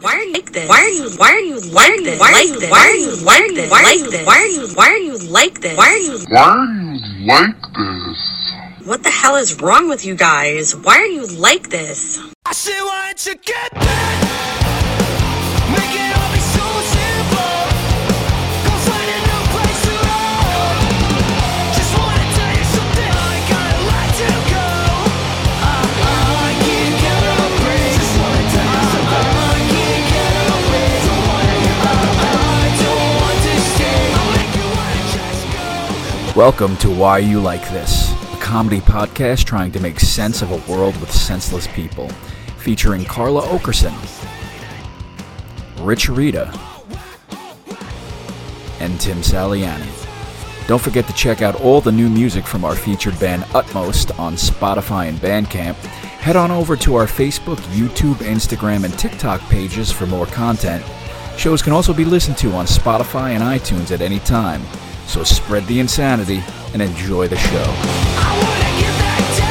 Why are you like this? Why are you why are you like this? Why are you why are you why are you like this? Why are you why are you like this? Why are you Why are you like this? what the hell is wrong with you guys? Why are you like this? She wants you get back. Make it all be so simple. Go find a new place to roam. Just wanna tell you something. I gotta let you go. I, I can't get a break. Just wanna tell you something. I can't get a break. Don't wanna get I don't want to stay. I'll make you wanna just go. Welcome to Why You Like This, a comedy podcast trying to make sense of a world with senseless people, featuring Carla Okerson, Rich Rita, and Tim Saliani. Don't forget to check out all the new music from our featured band Utmost on Spotify and Bandcamp. Head on over to our Facebook, YouTube, Instagram, and TikTok pages for more content. Shows can also be listened to on Spotify and iTunes at any time. So spread the insanity and enjoy the show. I wanna get back to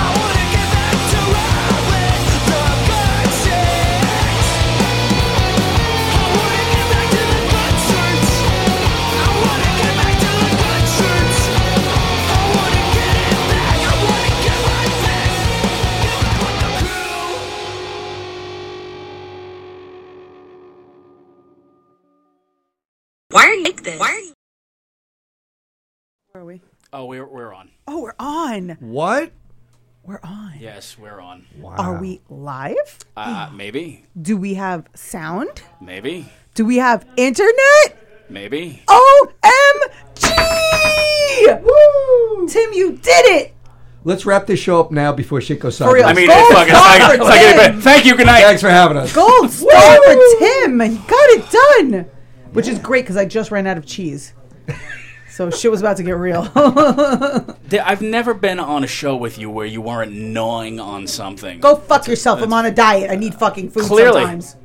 I wanna get back to Robin the Bird Sings. I wanna get back to the concerts. I wanna get back to the concerts. I wanna get it back. I wanna get right back. Get back with the crew. Why are you like this? Why are you Where are we? Oh, we're we're on. Oh, we're on. What? We're on. Yes, we're on. Are we live? Uh, maybe, Do we have sound? maybe, Do we have internet? maybe. OMG! Woo! Tim, you did it! Let's wrap this show up now before shit goes real. I sideways. mean, Gold it's fucking. It's star like, for it's like Tim. anybody- Thank you. Good night. Thanks for having us. Gold star for Tim! He got it done! Which is great because I just ran out of cheese. So shit was about to get real. Th- I've never been on a show with you where you weren't gnawing on something. Go fuck yourself. I'm on a diet. I need fucking food Clearly. sometimes.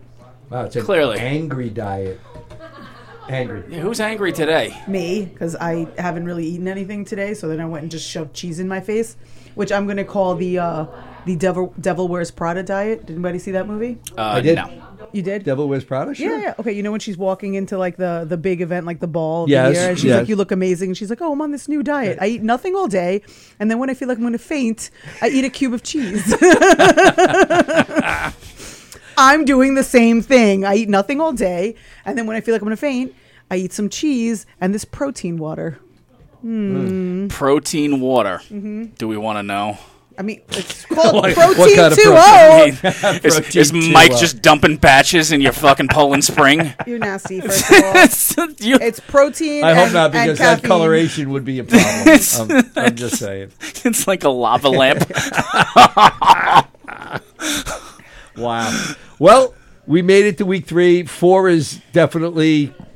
Wow, it's an Clearly. angry diet. Uh, Angry. Who's angry today? me because I haven't really eaten anything today. So then I went and just shoved cheese in my face, which I'm gonna call the uh, the Devil Devil Wears Prada diet. Did anybody see that movie? Uh, I did. No. You did. Oh. Devil Wears Prada? Sure. yeah, yeah. Okay, you know when she's walking into like the the big event, like the ball of Yes, the year, and she's like, yes. "You look amazing," and she's like, "Oh, I'm on this new diet. I eat nothing all day, and then when I feel like I'm going to faint, I eat a cube of cheese." I'm doing the same thing. I eat nothing all day, and then when I feel like I'm going to faint, I eat some cheese and this protein water. Protein water. Do we want to know? I mean, it's called Like, what protein oh. kind of 2 I o. mean, is, Protein is too, Mike uh, just dumping patches in your fucking Poland Spring? You're nasty. First of all, You- it's protein. I hope and- not and because that caffeine. coloration would be a problem. I'm, I'm just saying. it's like a lava lamp. Wow. Well, we made it to week three. Four is definitely Not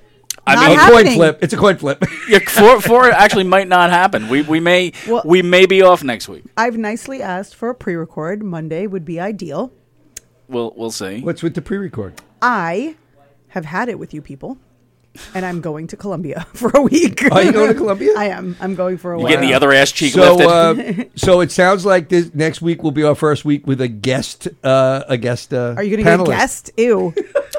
I a mean, coin happening. flip. It's a coin flip. yeah, four, four actually might not happen. We we may Well- we may be off next week. I've nicely asked for a pre-record. Monday would be ideal. We'll we'll see. What's with the pre record? I have had it with you people, and I'm going to Colombia for a week. Are you going to Colombia? I am. I'm going for a You week. getting the other ass cheek So, lifted? uh, so it sounds like this next week will be our first week with a guest. Uh, a guest. Uh, Are you going to get a panelist. guest? Ew.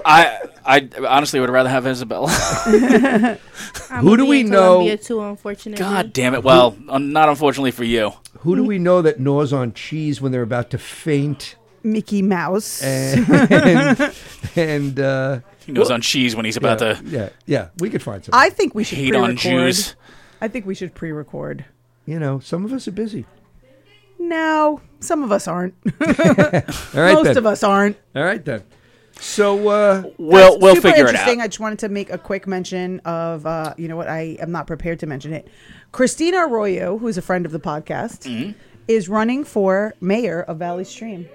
I I honestly would rather have Isabella. I'm Who do gonna be we in know- Colombia too, unfortunately. God damn it! Well, un- not unfortunately for you. Who do we know that gnaws on cheese when they're about to faint? Mickey Mouse. and, and uh, He knows on cheese when he's about yeah, to yeah, yeah, we could find some. I think we should hate pre-record. on Jews. I think we should pre-record. you know, some of us are busy. No, some of us aren't. All right, Most then. of us aren't. All right then. So uh, We'll That's we'll super figure it interesting. out. I just wanted to make a quick mention of, uh, you know what, I am not prepared to mention it. Christina Arroyo, who's a friend of the podcast, is running for mayor of Valley Stream.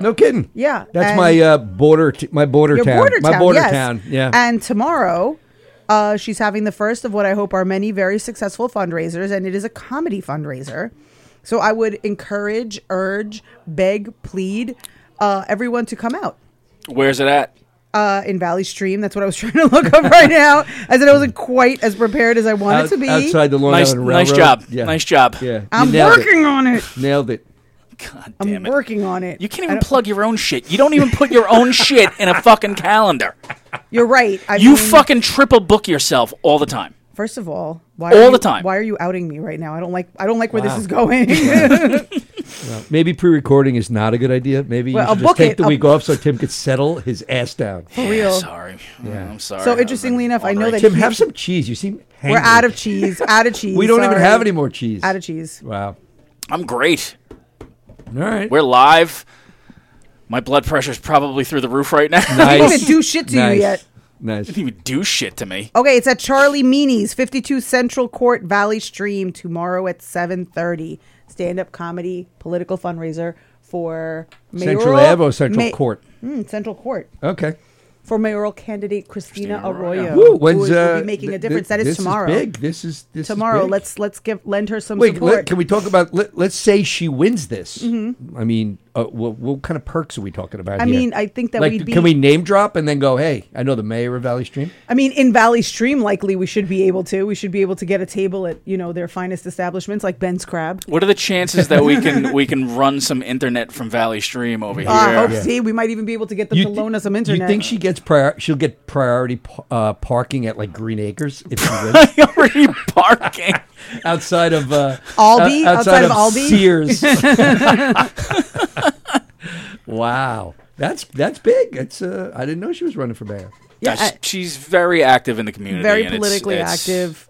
no kidding. Yeah, that's and- my uh, border. T- my border Your town. border my town, border yes. town. Yeah. And tomorrow, uh, she's having the first of what I hope are many very successful fundraisers, and it is a comedy fundraiser. So I would encourage, urge, beg, plead uh, everyone to come out. Where's it at? uh, in Valley Stream. That's what I was trying to look up right now. I said I wasn't quite as prepared as I wanted Out- to be. outside the Long Nice- Island nice Railroad. job. Nice job. Yeah, you I'm nailed working on it. It. Nailed it. God I'm damn it. working on it. You I can't even don't- plug your own shit. You don't even put your own shit in a fucking calendar. You're right. I You mean, fucking triple book yourself all the time. First of all, why All are the you- time. Why are you outing me right now? I don't like. I don't like where this is going. Maybe pre-recording is not a good idea. Maybe Well, you I'll should just book take it. the I'll- week off so Tim could settle his ass down. For real. Sorry. Mm, I'm sorry. So I've interestingly been enough, I Oh, know ordering- that- Tim, have some cheese. You seem hangry. We're out of cheese. Out of cheese. We don't even sorry. have any more cheese. Out of cheese. Wow. I'm great. All right. We're live. My blood pressure's probably through the roof right now. I nice. didn't even do shit to nice. you yet. Nice. you do shit to me. Okay, it's at Charlie Meany's, 52 Central Court Valley Stream, tomorrow at 7.30. Stand-up comedy, political fundraiser for mayoral... Central Ave or Central ma- Court? Mm, Central Court. Okay. For mayoral candidate Christina Arroyo. Arroyo. Woo, who when's, is- will uh, be making a th- difference. th- that is this tomorrow. big. This is this is Tomorrow, big. let's let's give lend her some Wait, support. Mm-hmm. let, can we talk about? Let, let's say she wins this. I mean, uh, what, what kind of perks are we talking about? I here? mean, I think that like, we'd be- can we name drop and then go? Hey, I know the mayor of Valley Stream. I mean, in Valley Stream, likely we should be able to. We should be able to get a table at you know their finest establishments, like Ben's Crab. What are the chances that we can we can run some internet from Valley Stream over here? Uh, hope see, we might even be able to get them to thi- loan us some internet. You think she gets prior? She'll get priority p- uh, parking at like Green Acres if she wins Already parking. outside of uh, Aldi? o- Outside of Aldi? Sears. wow, that's that's big. That's uh, I didn't know she was running for mayor. Yeah, Uh, she's very active in the community. very and it's- politically it's- active,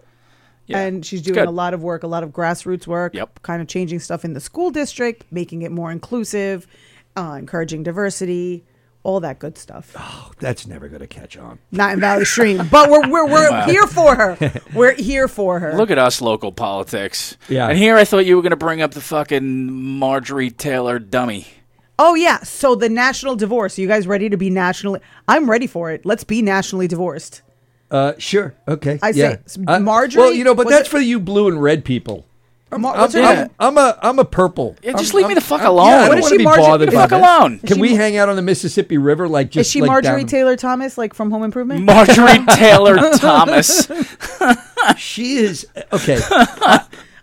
yeah. and she's doing Good. a lot of work, a lot of grassroots work. Yep. kind of changing stuff in the school district, making it more inclusive, uh, encouraging diversity, all that good stuff. Oh, that's never going to catch on. Not in Valley Stream, but we're we're, we're here for her. We're here for her. Look at us, local politics. Yeah. And here I thought you were going to bring up the fucking Marjorie Taylor dummy. Oh yeah, so the national divorce. Are you guys ready to be nationally? I'm ready for it. Let's be nationally divorced. Uh, sure. Okay. I yeah. Uh, say, s- Marjorie- Well, you know, but was that's it- for you blue and red people. I'm, Mar- I'm, what's her I'm- name? I'm a I'm a purple. Yeah, just I'm- leave me I'm- the fuck I'm- alone. Yeah, I What don't is wanna she, be Marjorie- bothered Leave me by the fuck this. alone. Can she we Mar- hang out on the Mississippi River like just Is she like Marjorie down- Taylor Thomas, like from Home Improvement? Marjorie Taylor Thomas. She is okay.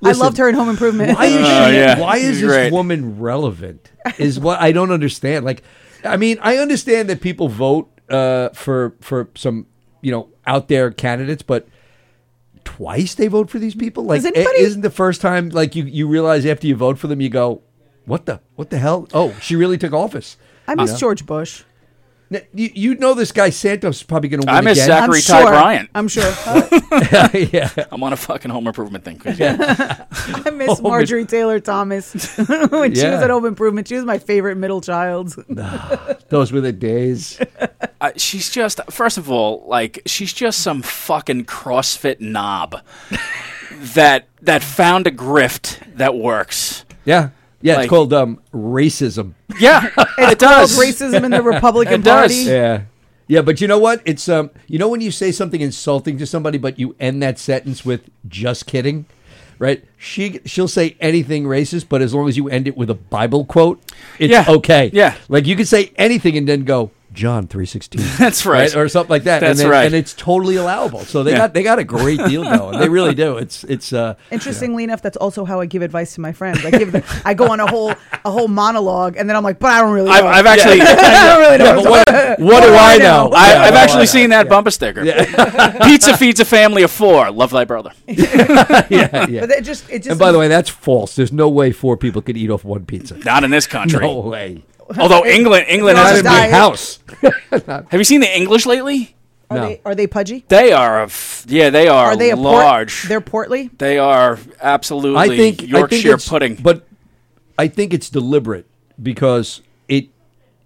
I loved her in Home Improvement. Why is, she, Oh, yeah. why is She's this great. woman relevant? Is what I don't understand. Like, I mean, I understand that people vote uh, for for some you know out there candidates, but twice they vote for these people. Like, Does anybody- it isn't the first time like you you realize after you vote for them, you go, what the what the hell? Oh, she really took office. I miss George Bush. Now, You, you know this guy Santos is probably going to win I miss again. Zach- I'm Zachary Ty sure. Bryant. I'm sure. yeah, I'm on a fucking home improvement thing. I miss Marjorie Taylor Thomas when she was Oh, Yeah. at Home Improvement. She was my favorite middle child. those were the days. Uh, she's just, first of all, like, she's just some fucking CrossFit knob that that found a grift that works. Yeah, yeah. Like- it's called um, racism. Yeah, it does. Racism in the Republican It does. Party. Yeah. Yeah, but you know what? It's um you know when you say something insulting to somebody but you end that sentence with just kidding, right? She she'll say anything racist, but as long as you end it with a Bible quote, it's Yeah. okay. Yeah. Like you could say anything and then go John 3:16. That's right. Or something like that. That's and then- right. And it's totally allowable. So they Yeah. got they got a great deal going. They really do. It's it's uh Interestingly enough, that's also how I give advice to my friends. I give them, I go on a whole a whole monologue, and then I'm like, but I don't really. Know. I've, I've actually, yeah, but what, what, do Oh, I know? I, Yeah, I've well, actually I- seen that bumper sticker. Pizza feeds a family of four. Love thy brother. Yeah, yeah. But it just it just. And by the way, that's false. There's no way four people could eat off one pizza. Not in this country. No way. Although England, England Not has. in my diet. house. Have you seen the English lately? are, no. they, are they pudgy? They are. A f- yeah, they are, Are they a port- large. They're portly. they are absolutely I think I think Yorkshire it's- pudding. but I think it's deliberate because it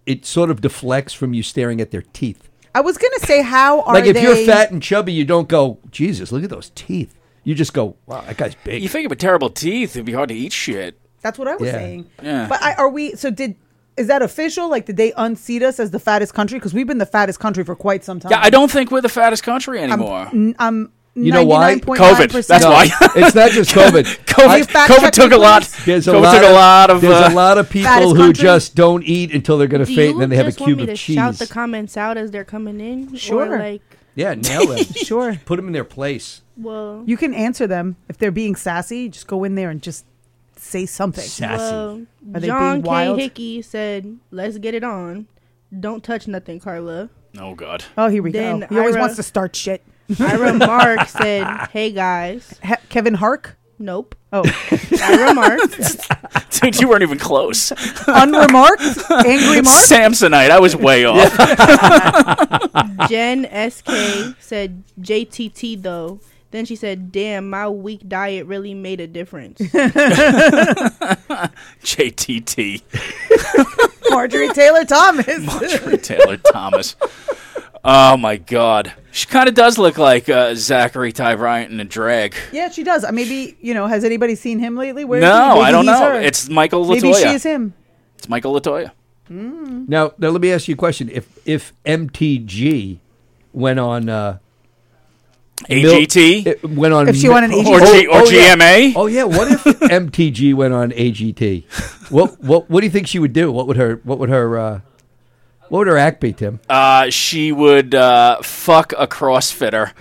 it sort of deflects from you staring at their teeth. I was gonna say, how are like if they? you're fat and chubby, you don't go, Jesus, look at those teeth. You just go, Wow, that guy's big. you figure with terrible teeth, it'd be hard to eat shit. That's what I was Yeah. saying. Yeah. But I, are we? So did is that official? Like, did they unseat us as the fattest country? Because we've been the fattest country for quite some time. Um, Yeah, I don't think we're the fattest country anymore. Um, You know why? 99.9%. COVID. That's why. it's not just COVID. COVID, fact COVID check took me, a lot. please? There's a COVID lot took of, a lot of. there's uh, a lot of people fattest who country. just don't eat until they're going to Do faint, you and then they have a just want cube me of to cheese. shout the comments out as they're coming in? Sure. Or like, yeah, nail them. Sure. Put them in their place. well, You can answer them if they're being sassy. Just go in there and just say something. Sassy. Well, Are they being John K. wild? Hickey said, "Let's get it on. Don't touch nothing, Carla." Oh God. Oh, here we Then go. He always Ira- wants to start shit. Ira Mark said, "Hey guys, He- Kevin Hark. nope." Oh, Ira Mark. Dude, you weren't even close. unremarked, angry mark. Samsonite. I was way off. Jen SK said JTT though. Then she said, "Damn, my weak diet really made a difference." JTT. Marjorie Taylor Thomas. Marjorie Taylor Thomas. Oh my God. She kind of does look like uh, Zachary Ty Bryant in a drag. yeah, she does. Uh, Maybe you know. Has anybody seen him lately? Where is he? No, Maybe I don't he's know. her. It's Michael Latoya. maybe she is him. It's Michael Latoya. Now, now let me ask you a question. If if MTG went on uh, Mil- AGT. it went on If she Mi- went on AGT. or G- or oh, yeah. GMA. Oh yeah, what if MTG went on AGT? What what what do you think she would do? What would her what would her uh, what would her act be, Tim? Uh, she would uh, fuck a CrossFitter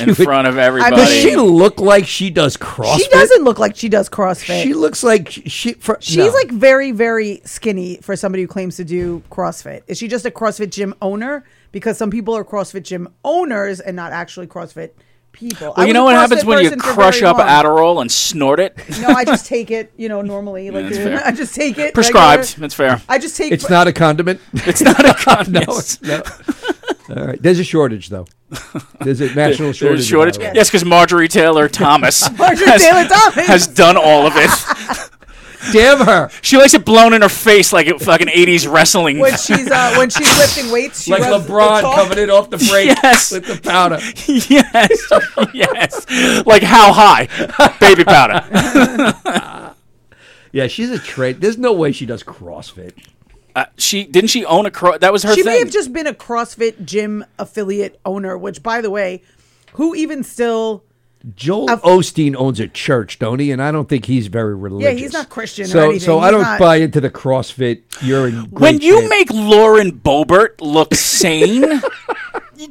in would- front of everybody. Does she look like she does CrossFit? She doesn't look like she does CrossFit. She looks like she. she for, She's no. like very, very skinny for somebody who claims to do CrossFit. Is she just a CrossFit gym owner? Because some people are CrossFit gym owners and not actually CrossFit people. I Well, you was know a what happens CrossFit when you person for crush very up long. Adderall and snort it? No, I just take it, you know, normally. Like that's fair. I just take it. Prescribed. regular. That's fair. I just take. It's not a condiment. It's not a con. yes. no. All right. There's a shortage though. There's a national There's a shortage. shortage. by the way. Yes, because Marjorie Taylor Thomas Marjorie has, Taylor Thomas. has done all of it. Damn her. She likes it blown in her face like it fucking 80s wrestling. when she's uh, when she's lifting weights. She Like rubs the LeBron chalk. coming in off the break Yes. with the powder. yes. yes. Like how high? Baby powder. Yeah, she's a trade. There's no way she does CrossFit. Uh, she didn't she own a cross? That was her She thing. may have just been a CrossFit gym affiliate owner, which, by the way, who even still? Joel Osteen owns a church, don't he? And I don't think he's very religious. not Christian or So, anything. so I He's don't not- buy into the CrossFit. You're in. Great when you shape. make Lauren Boebert look sane,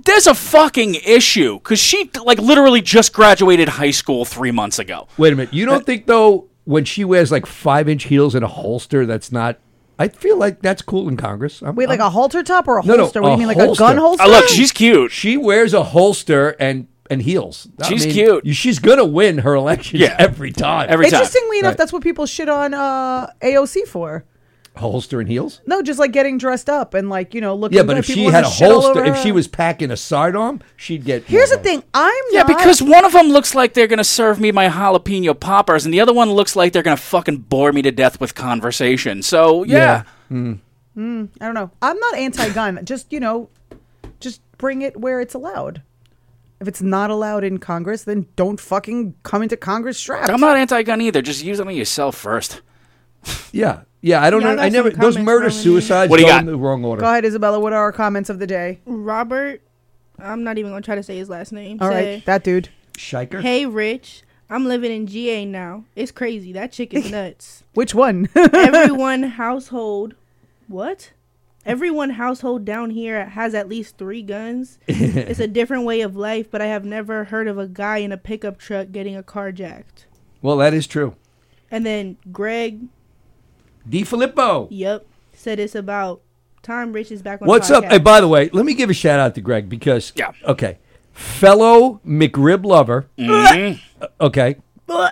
there's a fucking issue because she like literally just graduated high school three months ago. Wait a minute. You Uh, don't think though when she wears like five inch heels and a holster, that's not. I feel like that's cool in Congress. I'm, Wait, like Um, I'm- a halter top or a No, no, holster? what do you a mean, like a gun holster. holster? I Uh, look, she's cute. She wears a holster and and heels. I She's mean, cute. you- She's gonna win her elections Yeah. every time. Every time. Interestingly enough, Right. that's what people shit on uh, AOC for. holster and heels. No, just like getting dressed up and like you know looking. Yeah, but good. if People she want had a to shit all holster, over if she her. was packing a sidearm, she'd get. here's the more votes. thing, I'm Yeah, not, because one of them looks like they're gonna serve me my jalapeno poppers, and the other one looks like they're gonna fucking bore me to death with conversation. So yeah, I don't know. I'm not anti-gun. just you know, just bring it where it's allowed. If it's not allowed in Congress, then don't fucking come into Congress strapped. I'm not anti-gun either. Just use them on yourself first. Yeah, yeah. I don't Y'all know. I got never. some Those comments murder from me. suicides What do you go got? in the wrong order. Go ahead, Isabella. What are our comments of the day? Robert, I'm not even gonna try to say his last name. All right, said, that dude. Shiker. Hey, Rich, I'm living in GA now. It's crazy. That chick is nuts. Which one? Everyone household, what? Everyone household down here has at least three guns. it's a different way of life, but I have never heard of a guy in a pickup truck getting a carjacked. Well, that is true. And then Greg, Di Filippo. yep, said it's about time Rich is back on. What's the up? podcast. Hey, by the way, let me give a shout out to Greg because Yeah. okay, fellow McRib lover. Mm-hmm. Uh, Okay, Uh,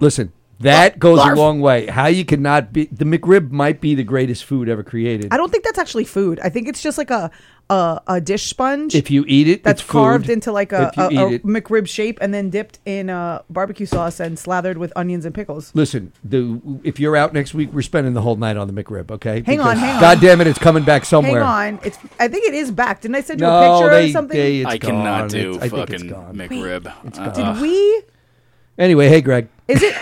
listen, that goes a long way. How you cannot be the McRib might be the greatest food ever created. I don't think that's actually food. I think it's just like a a, a dish sponge if you eat it, that's it's food. carved into like a, If a, you a eat it- McRib shape and then dipped in uh, barbecue sauce and slathered with onions and pickles. Listen, the if you're out next week, we're spending the whole night on the McRib. Okay, Hang on, hang on. God damn it, it's coming back Hang somewhere. on, it's. I think it is back. Didn't I send you a No, picture they, or something? they it's I gone. cannot It's- do I think it's fucking gone. McRib. Uh, Did we? Anyway, hey Greg. Is it?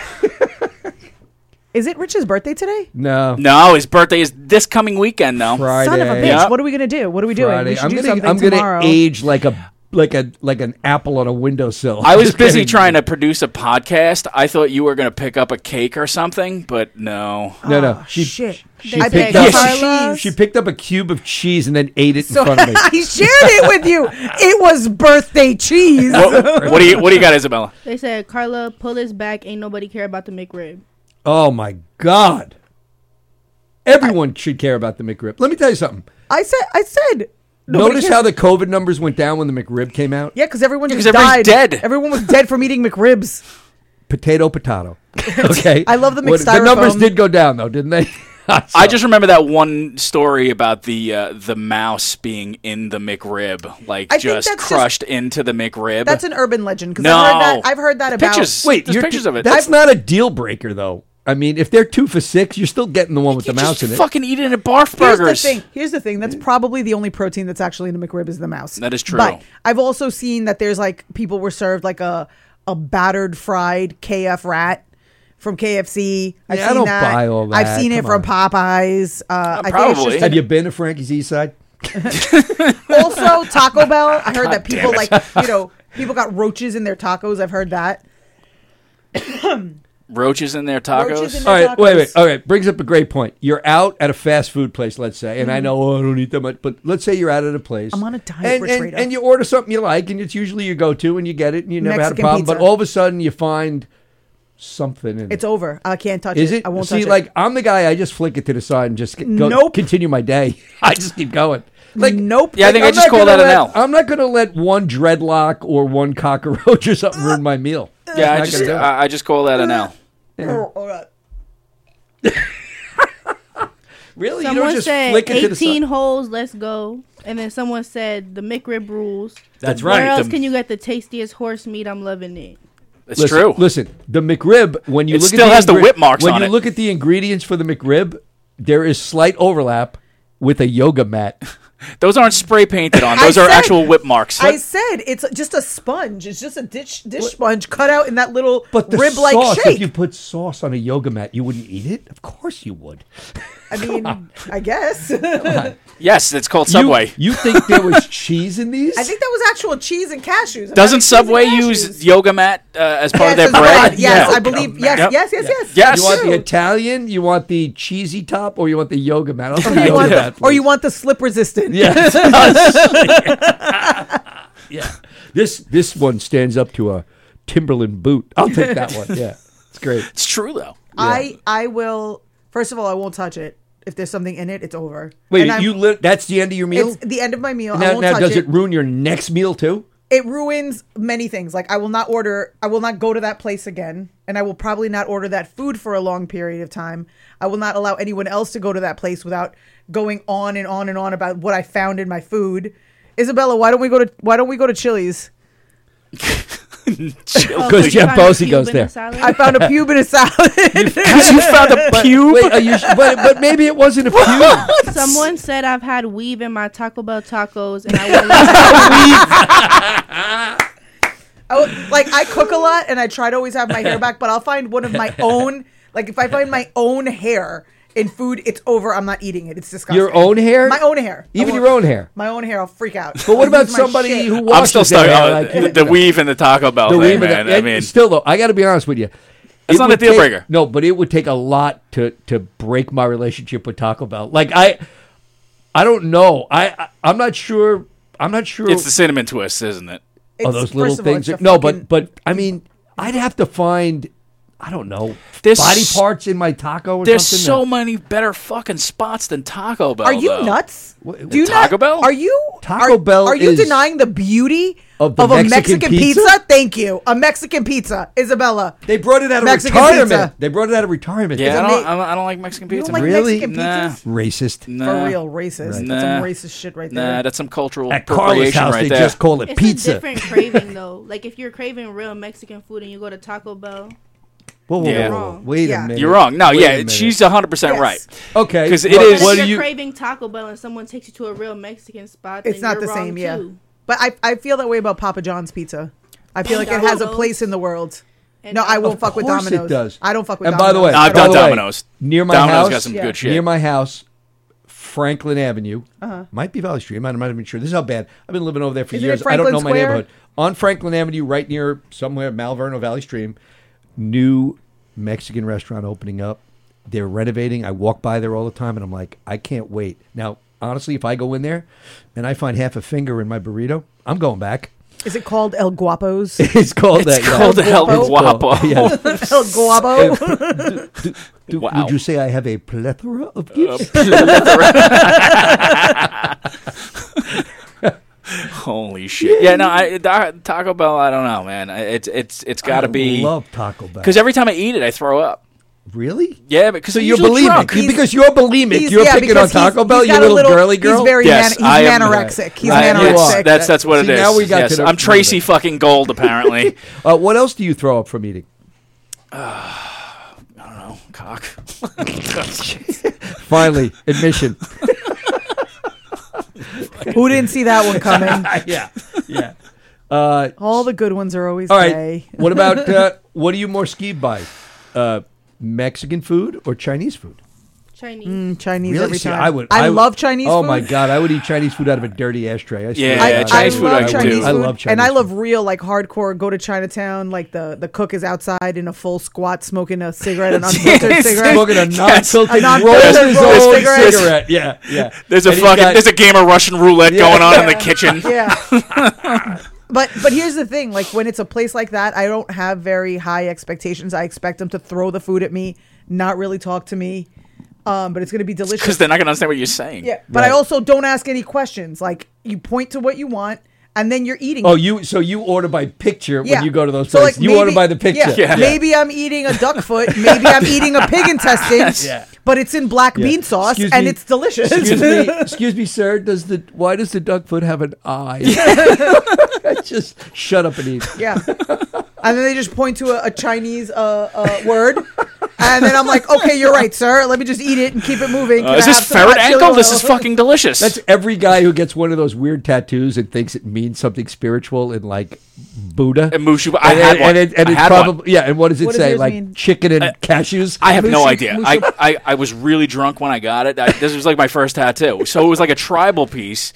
is it Rich's birthday today? No. no, his birthday is this coming weekend though. Friday. Son of a bitch! Yeah. What are we gonna do? What are we doing? Friday. We should I'm do gonna something I'm tomorrow. gonna age like a like a like an apple on a windowsill. I was busy trying to produce a podcast. I thought you were going to pick up a cake or something, but no. No, no. Oh, she shit. she I picked picked up up Carla's. she picked up a cube of cheese and then ate it in So front of me. I shared it with you. It was birthday cheese. What, what do you What do you got, Isabella? They said Carla, pull this back. Ain't nobody care about the McRib. Oh my God. Everyone should care about the McRib. Let me tell you something. I said. I said. nobody Notice cares. how the COVID numbers went down when the McRib came out. Yeah, because everyone just 'cause everybody's died. dead. Everyone was dead from eating McRibs. Potato, potato. Okay. I love the What- The numbers McStyrofoam. did go down though, didn't they? I just remember that one story about the uh, the mouse being in the McRib, like I think just that's just- crushed into the McRib. That's an urban legend. Because no. I've heard that. I've heard that The about. pictures. Wait, there's you're- pictures of it. That's not a deal breaker, though. I mean, if they're two for six, you're still getting the one with you the mouse just in it. fucking eat it in a barf Here's burgers. the thing. Here's the thing. That's probably the only protein that's actually in a McRib is the mouse. That is true. But I've also seen that there's like people were served like a a battered fried KF rat from KFC. I've Yeah, I seen don't that. buy all I've that. seen it Come from Popeyes. Uh, I think it's probably. just Have you been to Frankie's East Side? also Taco Bell. I heard that people like you know people got roaches in their tacos. I've heard that. Roaches in their tacos. Roaches in All right, wait, tacos. wait. All right, brings up a great point. You're out at a fast food place, let's say, and I know oh, I don't eat that much, but let's say you're out at a place. Mm-hmm. I'm on a diet, and, Rich and, Rito. and you order something you like, and it's usually you go to, and you get it, and you never had a Mexican problem. But pizza. all of a sudden, you find something in It's it. over. I can't touch Is it. it? I won't See, touch like it. I'm the guy. I just flick it to the side and just go, Nope. continue my day. I just keep going. Like Nope. Yeah, I think I I'm just not call gonna that an let- L. I'm not going to let one dreadlock or one cockroach or something ruin my meal. yeah, I'm I not just gonna do it. I, I just call that an Uh, L. really, you don't Someone just said flick it to the side. 18 holes, let's go. And then someone said the McRib rules. That's Where right. else The- can you get the tastiest horse meat? I'm loving it. It's Listen, true. Listen, the McRib when you It look still at the has the whip marks when on you it. look at the ingredients for the McRib, there is slight overlap with a yoga mat. Those aren't spray painted on. I Those are said- actual whip marks. I said it's just a sponge. It's just a dish dish sponge cut out in that little But the rib like sauce, shape. if you put sauce on a yoga mat, you wouldn't eat it. Of course, you would. I mean, I guess. I yes, it's called You- Subway. You, think there was cheese in these? think that was actual cheese and cashews. I'm having Doesn't cheese and Subway cashews. use yoga mat uh, as yes, part of their as well. bread? Yes, Yeah. I believe. Yes, Yep. yes, yes, yes. Yes. you want True. the Italian? You want the cheesy top, or you want the yoga mat? I'll take Or the Oh, you yoga want- or mat. please. you want the Oh, slip resistant. yeah. This this one stands up to a Timberland boot. I'll take that one. Yeah, it's great. It's true though. I I will. First of all, I won't touch it. If there's something in it, it's over. Wait, And I'm- you li- that's the end of your meal? It's the end of my meal. I Now, won't now touch does it. it. ruin your next meal too? it ruins many things. Like I will not order. I will not go to that place again, and I will probably not order that food for a long period of time. I will not allow anyone else to go to that place without going on and on and on about what I found in my food. Isabella, why don't we go to Why don't we go to Chili's? Oh, Because Jeff Bosey goes there. I found a pube in a salad. Because you found a pube. Wait, are you, sh- but but maybe it wasn't a pube. Someone said I've had weave in my Taco Bell tacos, and I wouldn't I would- like I cook a lot, and I try to always have my hair back, but I'll find one of my own. Like if I find my own hair in food, it's over. I'm not eating it. It's disgusting. your own hair, My own hair. I even won't- your own hair. My own hair. I'll freak out. But what I'll about lose my somebody shit. who washes I'm still their stuck hair on like the, the weave and the Taco Bell the thing, weave of the- man. I and mean, still though, I got to be honest with you. It not a would deal take- breaker. No, but it would take a lot to to break my relationship with Taco Bell. Like I, I don't know. I, I I'm not sure. I'm not sure. it's the cinnamon twist, isn't it? It's- Oh, those first little of all, things. it's the no, fucking- but but I mean, I'd have to find. I don't know There's body s- parts in my taco. Or There's something so that- many better fucking spots than Taco Bell. Are you though. nuts? What- Do you Taco not, Bell? Are you Taco are- Bell Are you is- denying the beauty Of the a Mexican, Mexican pizza? pizza? Thank you, a Mexican pizza, Isabella. They brought it out of Mexican retirement. pizza. They brought it out of retirement. Yeah, I It's don't, ama- I don't- I don't like Mexican you pizza. don't like Really? Mexican Nah. pizzas? Racist. nah, For real, racist. Right. That's some Nah. racist shit right there. Nah, that's some cultural At Carla's appropriation house, right they there. just call it it's a pizza. different craving though. Like if you're craving real Mexican food and you go to Taco Bell, Whoa, whoa, Yeah. whoa, whoa. Wait Yeah. a minute. You're wrong. No, Wait a yeah, minute. she's 100 percent Yes. right. okay. 'Cause it but is- But What if do you're you? craving Taco Bell and someone takes you to a real Mexican spot, it's then not you're the wrong, same, yeah. too. But I, I feel that way about Papa John's pizza. I feel like it has a place in the world. And No, I won't Of fuck with course Domino's. It does. I don't fuck with And Domino's. by the way, No, I've by done the way, Domino's. Near my Domino's house, got some Yeah. good shit. near my house, Franklin Avenue, might be Valley Street. I'm not, I'm not even sure. This is how bad I've been living over there for Isn't Uh-huh. it years. I don't Franklin know my Square? neighborhood. On Franklin Avenue, right near somewhere Malverno Valley Stream, new Mexican restaurant opening up. They're renovating. I walk by there all the time, and I'm like, I can't wait. Now, honestly, if I go in there and I find half a finger in my burrito, I'm going back. Is it called El Guapos? It's called It's that. yeah. called El It's called- Guapo. yeah. El Guapo? Do- Wow. Would you say I have a plethora of gifts? Uh, Holy shit! Yeah, no, I, Ta- Taco Bell. I don't know, man. I- It's it's it's got to I be love Taco Bell. because every time I eat it, I throw up. really? Yeah, because So I'm you're usually bulimic drunk. You- because you're bulimic. You're picking on because he's- Taco Bell. he's You got a little, girly girl. He's very Yes, man, I he's am- anorexic. He's I- you anorexic. are. that's that's what See, it is. now we got yes, to the I'm fruit of it. Tracy fucking Gold apparently. uh, what else do you throw up from eating? oh, cock. Finally, admission. Who didn't see that one coming? yeah, yeah. Uh, All the good ones are always all right. gay. What about uh, what are you more skied by? Uh, Mexican food or Chinese food? Chinese. Mm, Chinese Really? every See, time. I would. I, would- love Chinese. Oh food. my god, I would eat Chinese food out of a dirty ashtray. I swear Yeah, to I, God. I Chinese food love I would do. Chinese food, I love Chinese. and I love food. real like hardcore. Go to Chinatown, like the the cook is outside in a full squat, smoking a cigarette, an unfiltered Yes. cigarette. smoking a non-filtered A non-filtered roll his rolled own cigarette. cigarette. Yeah, yeah. There's a And he's fucking got- there's a game of Russian roulette Yeah. going on in the kitchen. Yeah. but but here's the thing, like when it's a place like that, I don't have very high expectations. I expect them to throw the food at me, not really talk to me. Um, but it's gonna be Because delicious. they're not gonna understand what you're saying. yeah. But I Right. also don't ask any questions. Like you point to what you want and then you're eating. Oh, you so you order by picture Yeah. when you go to those So, places. like, you maybe- order by the picture. Yeah. Maybe I'm eating a duck foot. Maybe I'm eating a pig intestine. Yeah. But it's in black Yeah. bean sauce Excuse and me. it's delicious. Excuse me, excuse me, sir. Does the why does the duck foot have an eye? Just shut up and eat. Yeah. And then they just point to a, a Chinese uh, uh, word. And then I'm like, okay, you're right, sir. Let me just eat it and keep it moving. Uh, Can is I this have some ferret hot chili ankle? This oil?" is fucking delicious. That's every guy who gets one of those weird tattoos and thinks it means something spiritual and like Buddha. And Mushu- I and, had and, one. And, it, and I it's had one. Uh, probably yeah. And what does it What does say? yours like mean? chicken and cashews. I have no Mushu- idea. I, Mushu- I, I was really drunk when I got it. I, this was like my first tattoo. So it was like a tribal piece,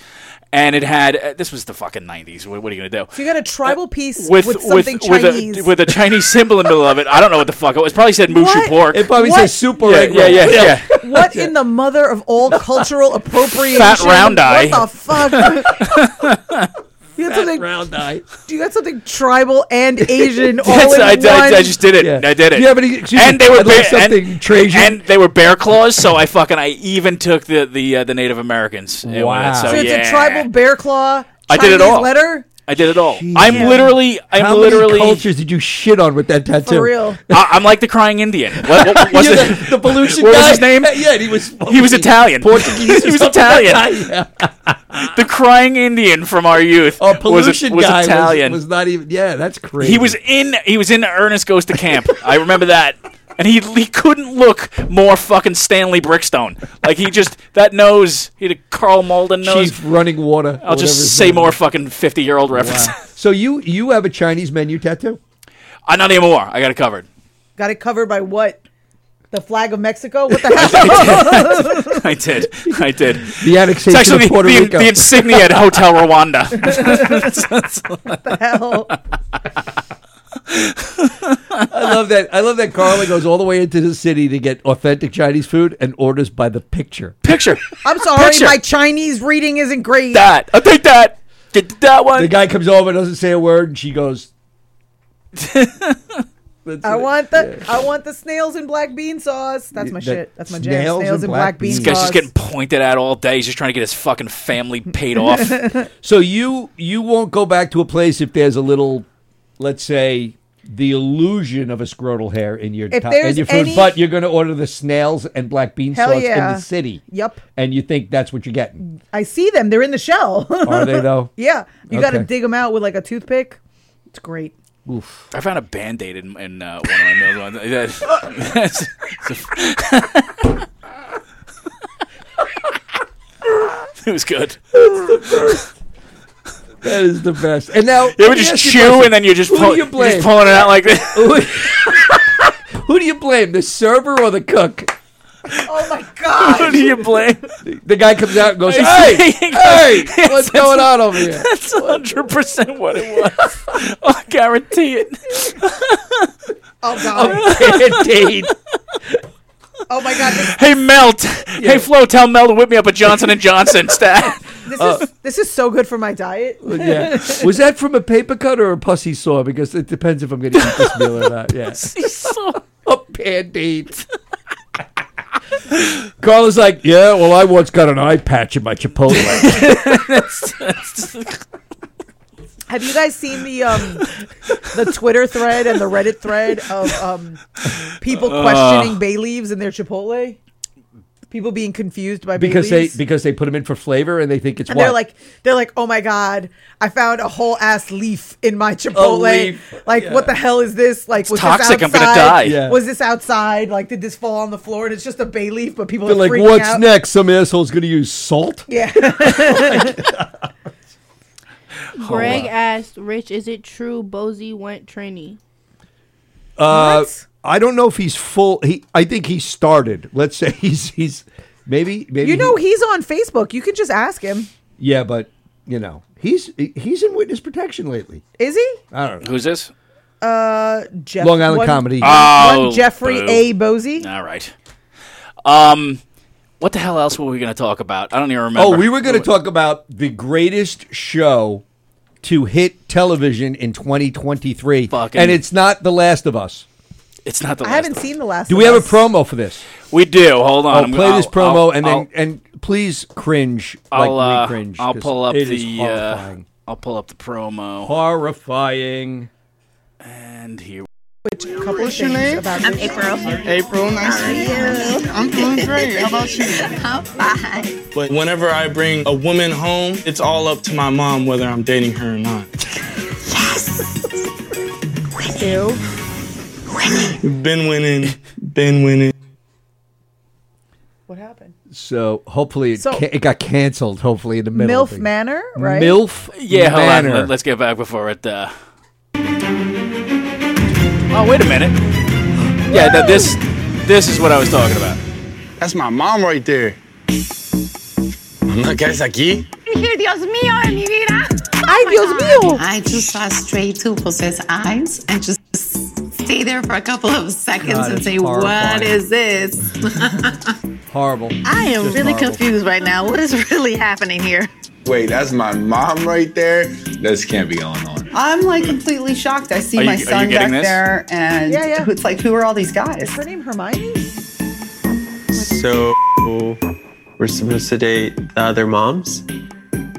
and it had uh, this was the fucking nineties. What, what are you gonna do? So you got a tribal piece with, Uh, With with something with Chinese. a with a Chinese symbol in the middle of it. I don't know what the fuck it was. Probably said mushu What? pork. it probably What? says super yeah, egg yeah, roll. yeah, yeah. what in the mother of all cultural appropriation? Fat round eye. What the fuck? You got, something, Round eye. you got something tribal and Asian all That's- in I, one. I- I just did it. Yeah. I did it. Do you have any- excuse and me, they were I'd like bear- and- something Trajan. And they were bear claws, so I fucking I even took the the uh, the Native Americans. in with Wow. it, So, so it's yeah. a tribal bear claw Chinese I did it all. letter. I did it all. I'm literally. I'm How literally. many cultures did you shit on with that tattoo? For real. I, I'm like the crying Indian. What, what, what's Yeah, it? the, the pollution What guy. was his name? Yeah, and he was He was Italian. Portuguese. He was or something like Italian. that. Yeah. the crying Indian from our youth Oh, was, pollution was guy was- Italian. Was, not even. Yeah, that's crazy. he was in he was in Ernest Goes to Camp. I remember that. And he he couldn't look more fucking Stanley Brickstone. Like he just that nose, he had a Carl Malden nose. chief running water. I'll just say more fucking 50-year-old reference. So you you have a Chinese menu tattoo? I not anymore. I got it covered. Got it covered by what? The flag of Mexico? What the hell? I did. I did. The It's annexation actually of the, Puerto the, Rico. the insignia at Hotel Rwanda. hell? I love that. I love that Carla goes all the way into the city to get authentic Chinese food and orders by the picture. Picture I'm sorry, Picture. my Chinese reading isn't great. that. I'll take that. Get that one. The guy comes over, doesn't say a word, and she goes. That's I it. want the I want the snails and black bean sauce. That's my That- shit. That's my jam. snails Snails, and and, black, black bean beans. This sauce. guy's just getting pointed at all day. He's just trying to get his fucking family paid off. So you you won't go back to a place if there's a little, let's say, the illusion of a scrotal hair in your If top, in there's your food, any- but you're going to order the snails and black bean Hell sauce in yeah. the city. Yep. And you think that's what you're getting? I see them. They're in the shell. Are they though? yeah. You got to Okay. dig them out with like a toothpick. It's great. I found a band aid in, in uh, one of my meals. once. That's- that's- it was good. That is the best. And now They let would me just ask you a chew, question. and then you're just, Who do pull, you you're blame? just pulling it out like this. Who do you blame, the server or the cook? Oh my god. Who do you blame? The guy comes out and goes, "Hey, hey, what's going on over here?" That's 100% what it was. I guarantee it. Oh god. Indeed. Oh my god. Hey, Melt. Hey, Flo, tell Mel to whip me up a Johnson & Johnson stat. This is this is so good for my diet. yeah. Was that from a paper cut or a pussy saw? Because it depends if I'm going to eat this meal or not. Yeah. a band-aid. Carla's like, yeah, well, I once got an eye patch in my Chipotle. Have you guys seen the um the Twitter thread and the Reddit thread of um people Uh, questioning bay leaves in their Chipotle? People being confused by bay because they leaves. because they put them in for flavor and they think it's and what? they're like they're like, "Oh my god, I found a whole ass leaf in my Chipotle. leaf. Like what the hell is this? Like was toxic. I'm this gonna outside? die." Yeah. Was this outside? Like did this fall on the floor and it's just a bay leaf, but people They're are like, freaking what's out. next? Some asshole's going to use salt? Yeah. Greg asked Rich, "Is it true Bozy went tranny?" Uh, What? I don't know if he's full. He, I think he started. Let's say he's he's maybe maybe you he- know he's on Facebook. You can just ask him. yeah, but you know he's he's in witness protection lately. Is he? I don't know. Who's this? Uh, Jeff, Long Island one- comedy. one Oh, Jeffrey boo. A. Bosey. All right. Um, what the hell else were we going to talk about? I don't even remember. Oh, we were going to talk about the greatest show to hit television in 2023, Fucking- and it's not The Last of Us. It's not the. I last haven't one. seen the last. Do of we have a Us. promo for this? We do. Hold on. I'll I'm- play this Um, I'll- promo I'll- and then I'll- and please cringe I'll, like uh, re-cringe. I'll 'cause pull up it is the. Uh, horrifying. I'll pull up the promo horrifying. and here. a couple of things about this. April, nice to meet you. I'm doing great. How about you? I'm fine. But whenever I bring a woman home, it's all up to my mom whether I'm dating her or not. Ew. Been winning, been winning. What happened? So hopefully it, So- ca- it got canceled. Hopefully in the middle. of Milf it. Manor, right? Milf. Yeah, hold Manor. on. Let, us get back before it. Uh... Oh, wait a minute. Yeah, th- this this is what I was talking about. That's my mom right there. Mamá, ¿qué haces aquí? Dios mío de mi vida. Oh Ay, Dios mío. I just saw stray tuples' eyes and just stay there for a couple of seconds God, and it's say, horrifying. "What is this?" Horrible. I am Just really horrible. confused right now. What is really happening here? Wait, that's my mom right there. This can't be going on. I'm like completely shocked. I see Are you- my are you son getting back this? there, and Yeah, yeah. it's like, who are all these guys? Is her name Hermione? So, we're supposed to date the other moms?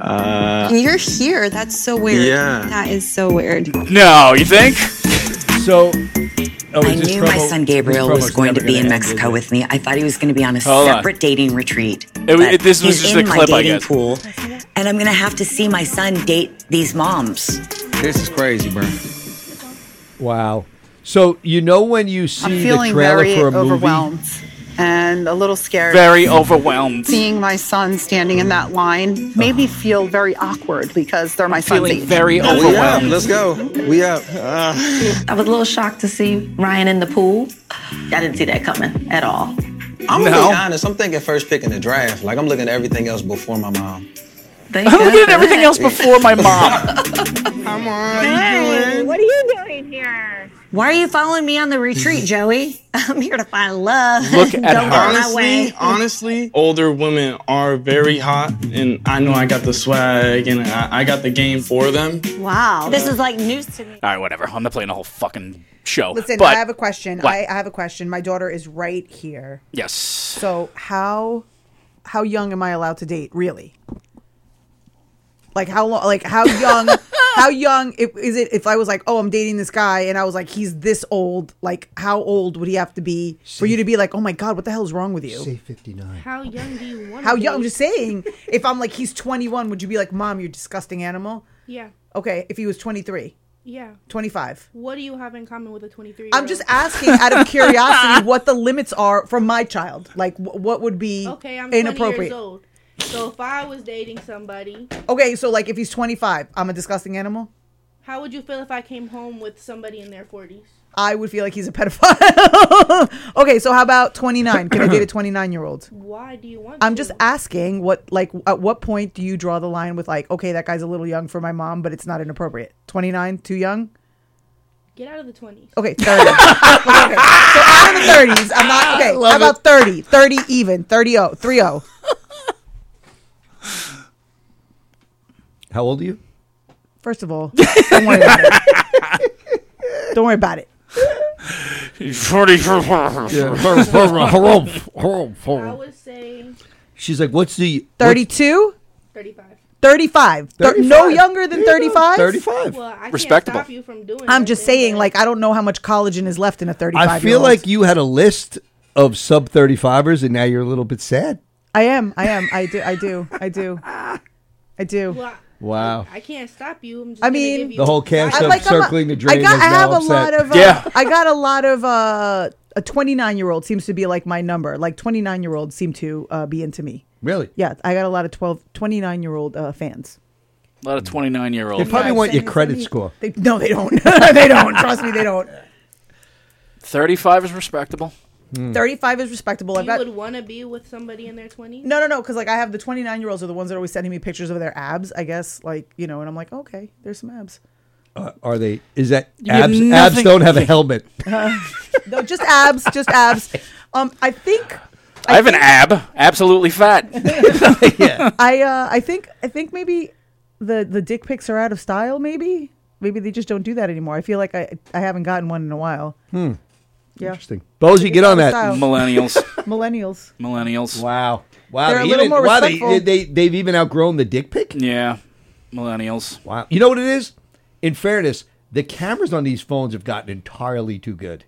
Uh, You're here. That's so weird. Yeah. That is so weird. No, you think? So. Oh, I knew my son Gabriel was going to be in Mexico with me. I thought he was going to be on a Hold on. separate dating retreat. It- But it- this was he's just in a my clip, I dating guess. pool, and I'm going to have to see my son date these moms. This is crazy, bro. Wow. So you know when you see the trailer for a movie, and a little scared. Very overwhelmed. Seeing my son standing in that line made me feel very awkward because they're my son's Feeling very We up. overwhelmed. Let's go. We up. Uh, I was a little shocked to see Ryan in the pool. I didn't see that coming at all. I'm gonna No. be honest. I'm thinking first pick in the draft. Like I'm looking at everything else before my mom. Thank I'm God looking at for everything that. else before my mom. Come on, you doing? What are you doing here? Why are you following me on the retreat, Joey? I'm here to find love. Look Don't at her. go my way. honestly, honestly, older women are very hot, and I know I got the swag and I, I got the game for them. Wow, this is like news to me. All right, whatever. I'm not playing the whole fucking show. Listen, but I have a question. What? I, I have a question. My daughter is right here. yes, So how how young am I allowed to date? Really? Like how long? Like how young? how young it, is it? If I was like, oh, I'm dating this guy, and I was like, he's this old. Like how old would he have to be for you to be like, oh my god, what the hell is wrong with you? say fifty nine. How young do you want? How young? I'm just saying. If I'm like he's 21, would you be like, "Mom, you're a disgusting animal"? Yeah, Okay, if he was 23, yeah. 25. What do you have in common with a 23? I'm just asking out of curiosity what the limits are from my child. Like, wh- what would be okay. I'm 20 years inappropriate? old. So if I was dating somebody, Okay, so like if he's 25, I'm a disgusting animal. how would you feel if I came home with somebody in their 40s? I would feel like he's a pedophile. okay, so how about 29? Can I date a 29 year old? Why do you want? I'm to? just asking what, like, at what point do you draw the line with like, okay, that guy's a little young for my mom, but it's not inappropriate. 29, too young. get out of the 20s. Okay, 30. okay, so out of the 30s, I'm not okay. How oh. about 30? 30 even, 30 0, 3 0. How old are you? First of all, don't worry about it. don't worry about it. I would say She's like, what's the what's- 32? 35. 35. Thir- no 35. younger than 35? 35. Well, I Respectable. you from doing. I'm just saying, like, I don't know how much collagen is left in a 35 I feel like you had a list of sub 35ers and now you're a little bit sad. I am. I am. I do. I do. I do. I do. Wow. I can't stop you. I'm just I gonna give mean, you The whole cast I'm of like, I'm a- circling the drain I got. is I have now a lot upset. of. Uh, I got a lot of. Uh, a 29 year old seems to be like my number. Like 29 year olds seem to uh, be into me. Really? Yeah, I got a lot of 12, 29 year old uh, fans. A lot of 29 year olds. They probably want your credit score. They, no, they don't. they don't. Trust me, they don't. 35 is respectable. Hmm. 35 is respectable. You I've got would want to be with somebody in their 20s. No, no, no. Because like I have the 29 year olds are the ones that are always sending me pictures of their abs. I guess like you know, and I'm like, okay, there's some abs. Uh, are they? Is that You have abs? Abs nothing- don't have a helmet. Uh, no, just abs, just abs. Um, I think I, have an ab. Absolutely fat. I uh, I think I think maybe the the dick pics are out of style. Maybe maybe they just don't do that anymore. I feel like I I haven't gotten one in a while. Hmm. Yeah. Interesting. Bozy, get Out on of that. style. Millennials. Millennials. Millennials. Wow. Wow. They're a they little even- more wow, they, respectful. they, they, have even outgrown the dick pic? Yeah. Millennials. Wow. You know what it is? In fairness, the cameras on these phones have gotten entirely too good.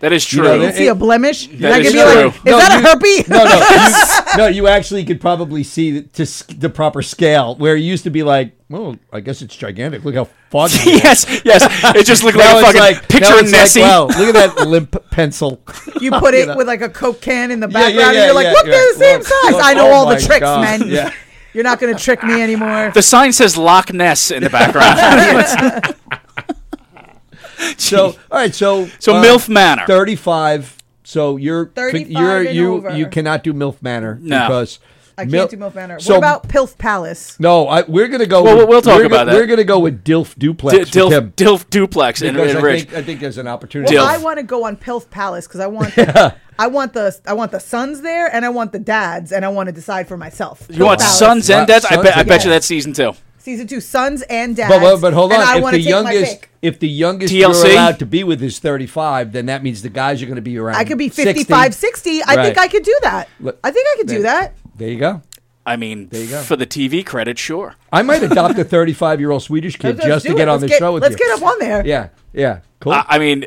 That is You true. know, You it- see a blemish? That That is could be like, true. is No, that you- a herpes? no, no, you, no. You actually could probably see the, to s- the proper scale where it used to be like, well, I guess it's gigantic. Look how foggy. it yes, is." yes. It just looked like Now a it's fucking picture now of it's Nessie. Like, wow, look at that limp pencil. You put You it know. with like a coke can in the Yeah, yeah, background, yeah, and you're like, yeah, look, they're the yeah. same Look, size. look, I know oh all the my tricks, God. man. Yeah. You're not gonna trick me anymore. The sign says Loch Ness in the background. So, all right. So, uh, So MILF Manor. thirty-five. So you're 35 you're and you over. you cannot do MILF Manor No. because I Mil- can't do MILF Manor. so- what about Pilf Palace? No, I, we're gonna go. Well, with- we'll talk we're about gonna, that. We're gonna go with Dilf Duplex. Di- with Dilf- him. Dilf Duplex and- Because and I Rich. Think, I think there's an opportunity. Well, I want to go on Pilf Palace because I want the, I want the I want the sons there and I want the dads and I want to decide for myself. you Pilf want Palace. sons and dads? I, Sons bet. I and bet you dads. that's season two. Season two, sons and dads. But, but, but hold on. And I if wanna the take my youngest, pick. if the youngest TLC? you're allowed to be with is 35, then that means the guys are going to be around. I could be 55, 60. I think I could do that. Look, I think I could do then- that. There you go. I mean, There you go. for the TV credit, sure. I might adopt a 35 year old Swedish kid Let's just do to get it. on Let's the show with Let's you. get up on there. Yeah, yeah, cool. I, I mean,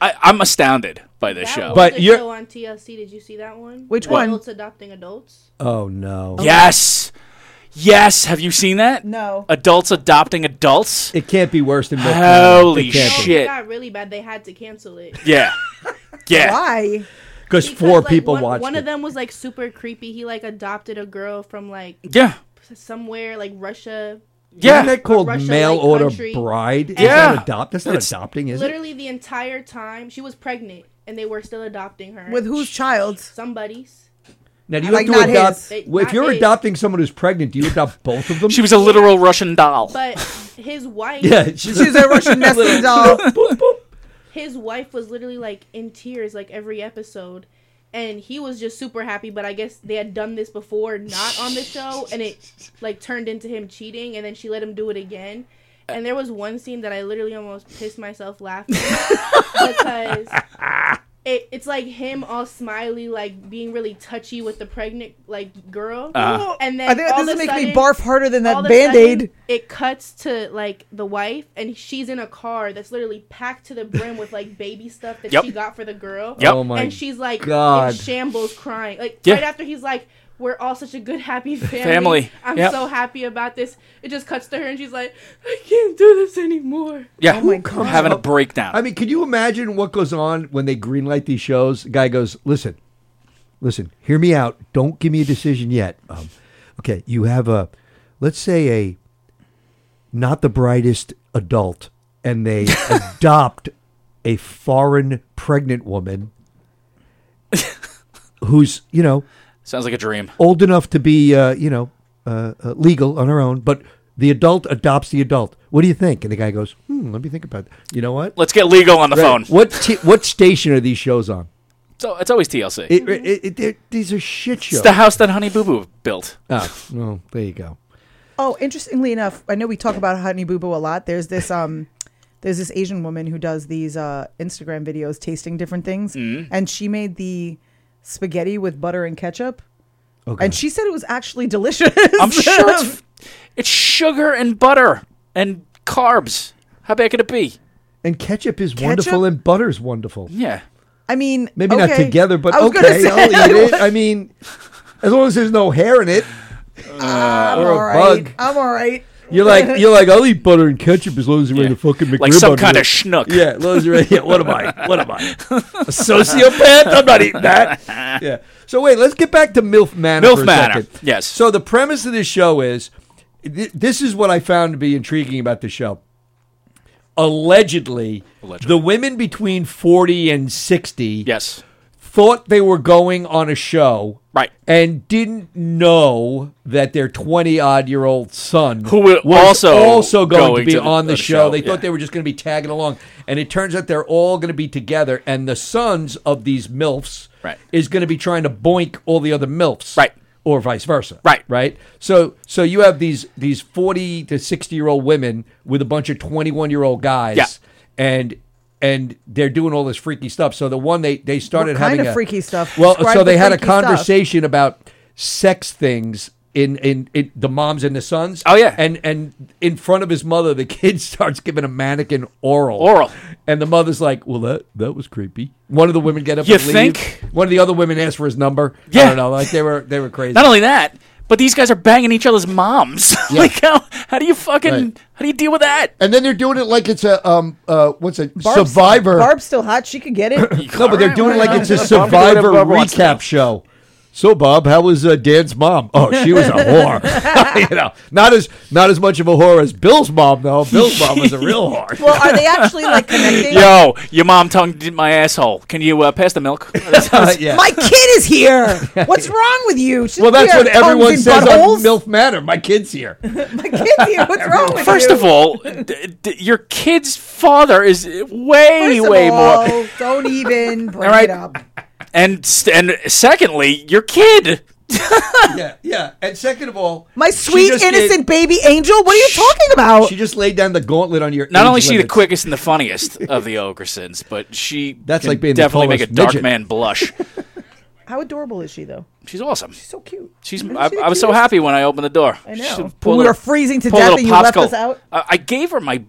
I, I'm astounded by this show. But The you're- show on TLC. Did you see that one? Which Where one? Adults adopting adults. oh no, yes, yes. Have you seen that? No. Adults adopting adults. it can't be worse than Milk Holy Oh, shit. It got really bad. They had to cancel it. Yeah, yeah. Why? Because Because, four like, people one, watched One it. of them was like super creepy. He like adopted a girl from like Yeah. somewhere like Russia. Isn't that called Russia, mail like, order country. bride? It's Yeah. not adopt. That's not adopting, is it? Literally the entire time she was pregnant and they were still adopting her. With whose child? Somebody's. Now do you Like, have not to adopt? his. It- well, if not you're his. adopting someone who's pregnant, do you adopt both of them? She was a literal Russian doll. But his wife. yeah. She's, She's a Russian nesting doll. his wife was literally like in tears like every episode and he was just super happy but i guess they had done this before not on the show and it like turned into him cheating and then she let him do it again and there was one scene that i literally almost pissed myself laughing because it, it's like him all smiley like being really touchy with the pregnant like girl Uh-huh. and then I think all this of a is making me sudden- barf harder than all that of a band aid. sudden, It cuts to like the wife, and she's in a car that's literally packed to the brim with like baby stuff that Yep. she got for the girl. Yep. Oh, my and she's like God. in shambles crying. Like Yeah. right after he's like, "We're all such a good happy family. Family. I'm Yep. so happy about this." It just cuts to her, and she's like, "I can't do this anymore." yeah, oh my God. having a breakdown. I mean, can you imagine what goes on when they greenlight these shows? Guy goes, listen, listen, hear me out. Don't give me a decision yet. Um, okay, you have a, let's say a, not the brightest adult, and they adopt a foreign pregnant woman who's, you know, Sounds like a dream. old enough to be, uh, you know, uh, uh, legal on her own, but the adult adopts the adult. What do you think? And the guy goes, hmm, let me think about it. You know what? Let's get legal on the phone. Right. What t- what station are these shows on? So it's always TLC. It, it, it, they're- these are shit it's shows. the house that Honey Boo Boo built. Oh, well, there you go. Oh, interestingly enough, I know we talk about Honey Boo Boo a lot. There's this um, there's this Asian woman who does these uh, Instagram videos tasting different things, Mhm. Mm-hmm. and she made the spaghetti with butter and ketchup. Okay. And she said it was actually delicious. I'm sure it's, it's sugar and butter and carbs. How bad could it be? And ketchup is Ketchup? wonderful and butter's wonderful. Yeah. I mean, Maybe not okay. together, but I was gonna okay, Oh, say- I'll eat it. I mean, as long as there's no hair in it I'm or a all right. bug. I'm all right. You're like you're like I'll eat butter and ketchup as long as you're in a fucking McRib Like some under kind it. of schnook. Yeah, as long as you're in- yeah, what am I? What am I? A sociopath? I'm not eating that. Yeah. So wait, let's get back to MILF Manor. MILF for a Manor, second. yes. So the premise of this show is, th- this is what I found to be intriguing about the show. Allegedly, the women between forty and sixty, yes, thought they were going on a show, right, and didn't know that their twenty odd year old son, Who were was also also going, going to be to the- on the, the show. show, They yeah. thought they were just going to be tagging along, and it turns out they're all going to be together. And the sons of these milfs Right. is going to be trying to boink all the other milfs, right, or vice versa, Right. right. So, so you have these these forty to sixty year old women with a bunch of twenty one year old guys, Yeah. and and they're doing all this freaky stuff. So the one they they started kind having of a- freaky stuff? Well, Describe so the they had a freaky stuff. conversation about sex things. In, in in the moms and the sons. Oh yeah, and and in front of his mother, the kid starts giving a mannequin oral. Oral. And the mother's like, "Well, that that was creepy." One of the women get up. You and leave. think? One of the other women asked for his number. I Yeah. don't know. Like they were they were crazy. Not only that, but these guys are banging each other's moms. Yeah. like how how do you fucking Right. how do you deal with that? And then they're doing it like it's a um uh what's a Barb's- survivor. Barb's still hot. She could get it. no, but they're doing it like it's a Bob can do whatever survivor Bob wants to. recap show. So Bob, how was uh, Dan's mom? Oh, she was a whore. you know, not as not as much of a whore as Bill's mom though. Bill's mom was a real whore. well, are they actually like connecting? Yo, your mom tongued in my asshole. Can you uh, pass the milk? yeah. My kid is here. What's wrong with you? Shouldn't Well, we that's have what everyone tongues says and on buttholes? MILF Manor. My kid's here. My kid's here. What's wrong with First you? of all, d- d- your kid's father is way First of way all, more. Don't even bring it right. up. And st- and secondly, your kid. yeah, yeah. And second of all, My she sweet just innocent gave- baby angel. What are you talking about? She just laid down the gauntlet on your. Not age only is she the limits. quickest and the funniest of the Ogersons, but she That's can like being the definitely make a tallest dark midget. man blush. How adorable is she though? She's awesome. She's so cute. She's. I, I was so happy when I opened the door. I know. When we were freezing to death and you left us out? I, I gave her my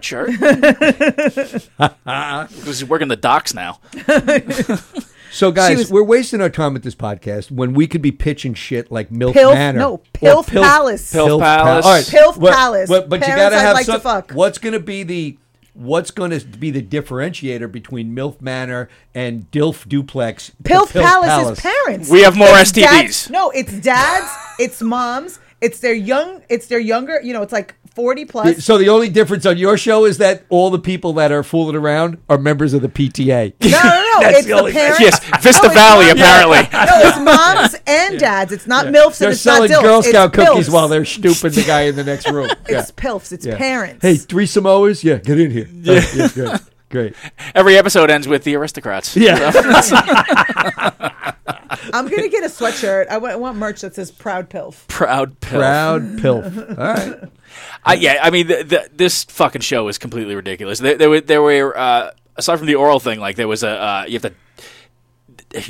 sweatshirt. She's working the docks now. So, guys, was- we're wasting our time with this podcast when we could be pitching shit like Milf Pilf- Manor. no, Or Pilf Palace. Pilf Palace. All right. Pilf What- Palace. what- but you Parents gotta I'd have like to some- fuck. What's going to be the what's going to be the differentiator between Milf Manor and Dilf Duplex? to Pilf Palace is parents. We have more It's STDs. dads- no, it's dads. it's moms. It's their young. It's their younger. You know, it's like forty plus. So the only difference on your show is that all the people that are fooling around are members of the PTA. No, no, no. That's it's the the, only- parents. Yes, Vista it's Valley, moms. apparently. No, it's moms and dads. It's not milfs they're and it's selling not dilfs. Girl Scout it's cookies pilfs. while they're snooping the guy in the next room. It's pilfs. It's parents. Hey, three Samoas? Yeah, get in here. Yeah, yeah great. great. Every episode ends with the aristocrats. Yeah. I'm gonna get a sweatshirt. I want, I want merch that says "Proud Pilf." Proud pilf. Proud pilf. All right. I, yeah, I mean, the, the, this fucking show is completely ridiculous. There, there were, there were uh, aside from the oral thing, like there was a uh, you have to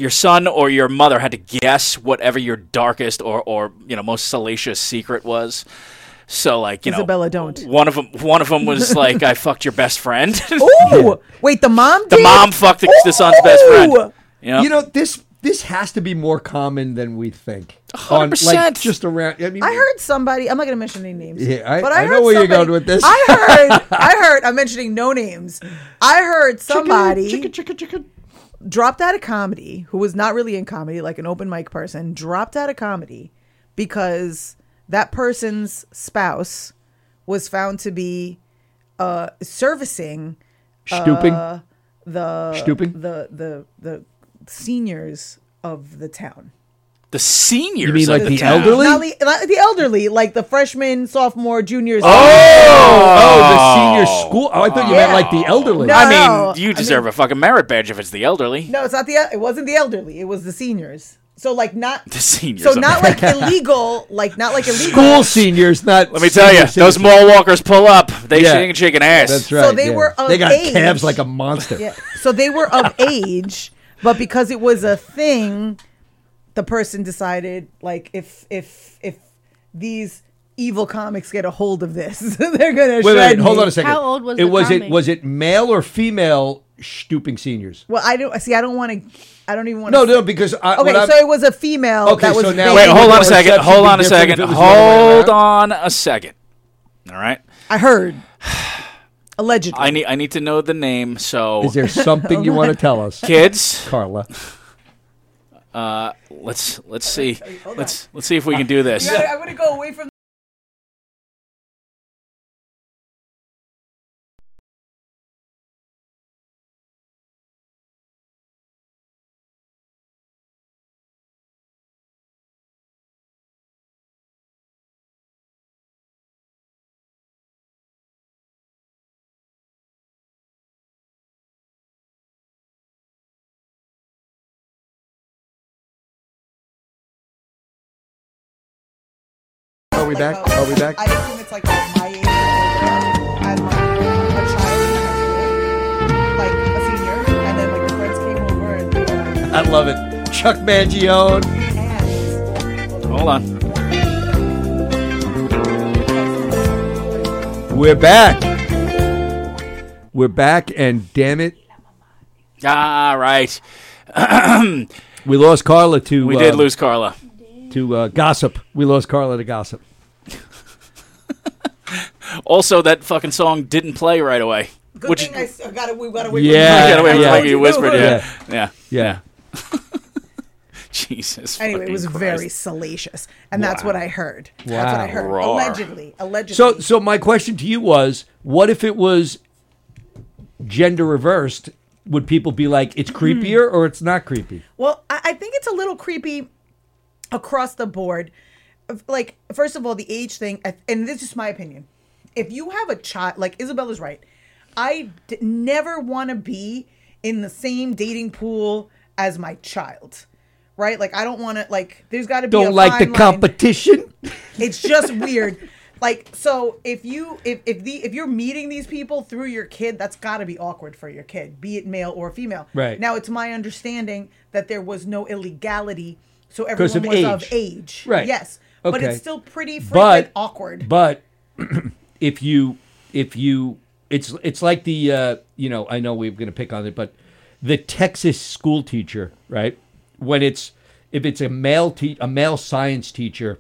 your son or your mother had to guess whatever your darkest or or you know most salacious secret was. So like you Isabella, know, don't. One of them, one of them was like, I fucked your best friend. Oh! Ooh, wait, the mom. the did? mom fucked the, the son's best friend. You know, You know, this this has to be more common than we think. On, like, 100%. just around. I mean, I heard somebody. I'm not going to mention any names. Yeah, I- but I know where you're going with this. I heard. I heard. I'm mentioning no names. I heard somebody dropped out of comedy who was not really in comedy, like an open mic person, dropped out of comedy because that person's spouse was found to be uh, servicing uh, Stooping? the Stooping? the the the seniors of the town the seniors. You mean of like the town. elderly? not the, not the elderly, like the freshman, sophomore, juniors. Oh, the senior school. Oh, I thought you meant like the elderly. No, I no, mean, you deserve a fucking merit badge if it's the elderly. No, it's not the. It wasn't the elderly. It was the seniors. So like not The seniors So up not there. like illegal, like not like illegal. School seniors, not. Let me tell you, those mall walkers pull up. They Yeah. shaking, shaking ass. That's right. So they yeah. were of They got age. calves like a monster. Yeah. So they were of age, but because it was a thing, the person decided like if if if these evil comics get a hold of this, they're gonna Wait, wait, shred wait, hold me. on a second. it? was it was it male or female stooping seniors? Well, I don't see. I don't want to. I don't even want No, no, because I, okay, what I'm- so it was a female. Okay, that was so now- Wait, vague. hold on Your a second. perception Hold would on be a different second. if it was the other way Hold on a second. All right. I heard. Allegedly. I need I need to know the name. So Is there something you want to tell us, kids? Carla? Uh, let's let's see. Let's let's see if we can do this. Yeah, I'm gonna go away from. Are we back? Are we back? uh, I assume it's like at my age, as like a child, like a senior, and then like the friends came over and they were like, I love it. Chuck Mangione. Hold on. We're back. We're back, and damn it, All right. we lost Carla to. We uh, did lose Carla. to uh, gossip. We lost Carla to gossip. Also, that fucking song didn't play right away. Good which thing I s- I got it. We got away. yeah, Yeah, yeah, yeah. you whispered. Yeah, yeah, Yeah. Yeah. Jesus. Anyway, it was fucking very Christ. salacious, and that's what I heard. That's what I Wow. heard. Rawr. Allegedly, allegedly. So, so my question to you was: What if it was gender reversed? Would people be like, it's Hmm. creepier or it's not creepy? Well, I, I think it's a little creepy across the board. Of- Like, first of all, the age thing, I- and this is my opinion. If you have a child, like Isabella's right, I d- never want to be in the same dating pool as my child, right? Like, I don't want to. Like, there's got to be. a Don't like the fine line. competition. It's just weird. Like so, if you if if the if you're meeting these people through your kid, that's got to be awkward for your kid, be it male or female. Right. now, it's my understanding that there was no illegality, so 'Cause everyone was of of age. age. Right. Yes, but Okay. it's still pretty freaking but awkward. But if you if you it's it's like the uh, you know I know we're going to pick on it, but the Texas school teacher, right? When it's if it's a male te- a male science teacher,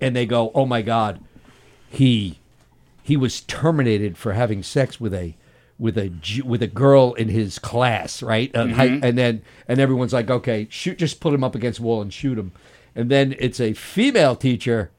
and they go, oh my god, he he was terminated for having sex with a with a Ju- with a girl in his class, right? Uh, hi- Mhm. and then and everyone's like, okay, shoot, just put him up against the wall and shoot him. And then it's a female teacher,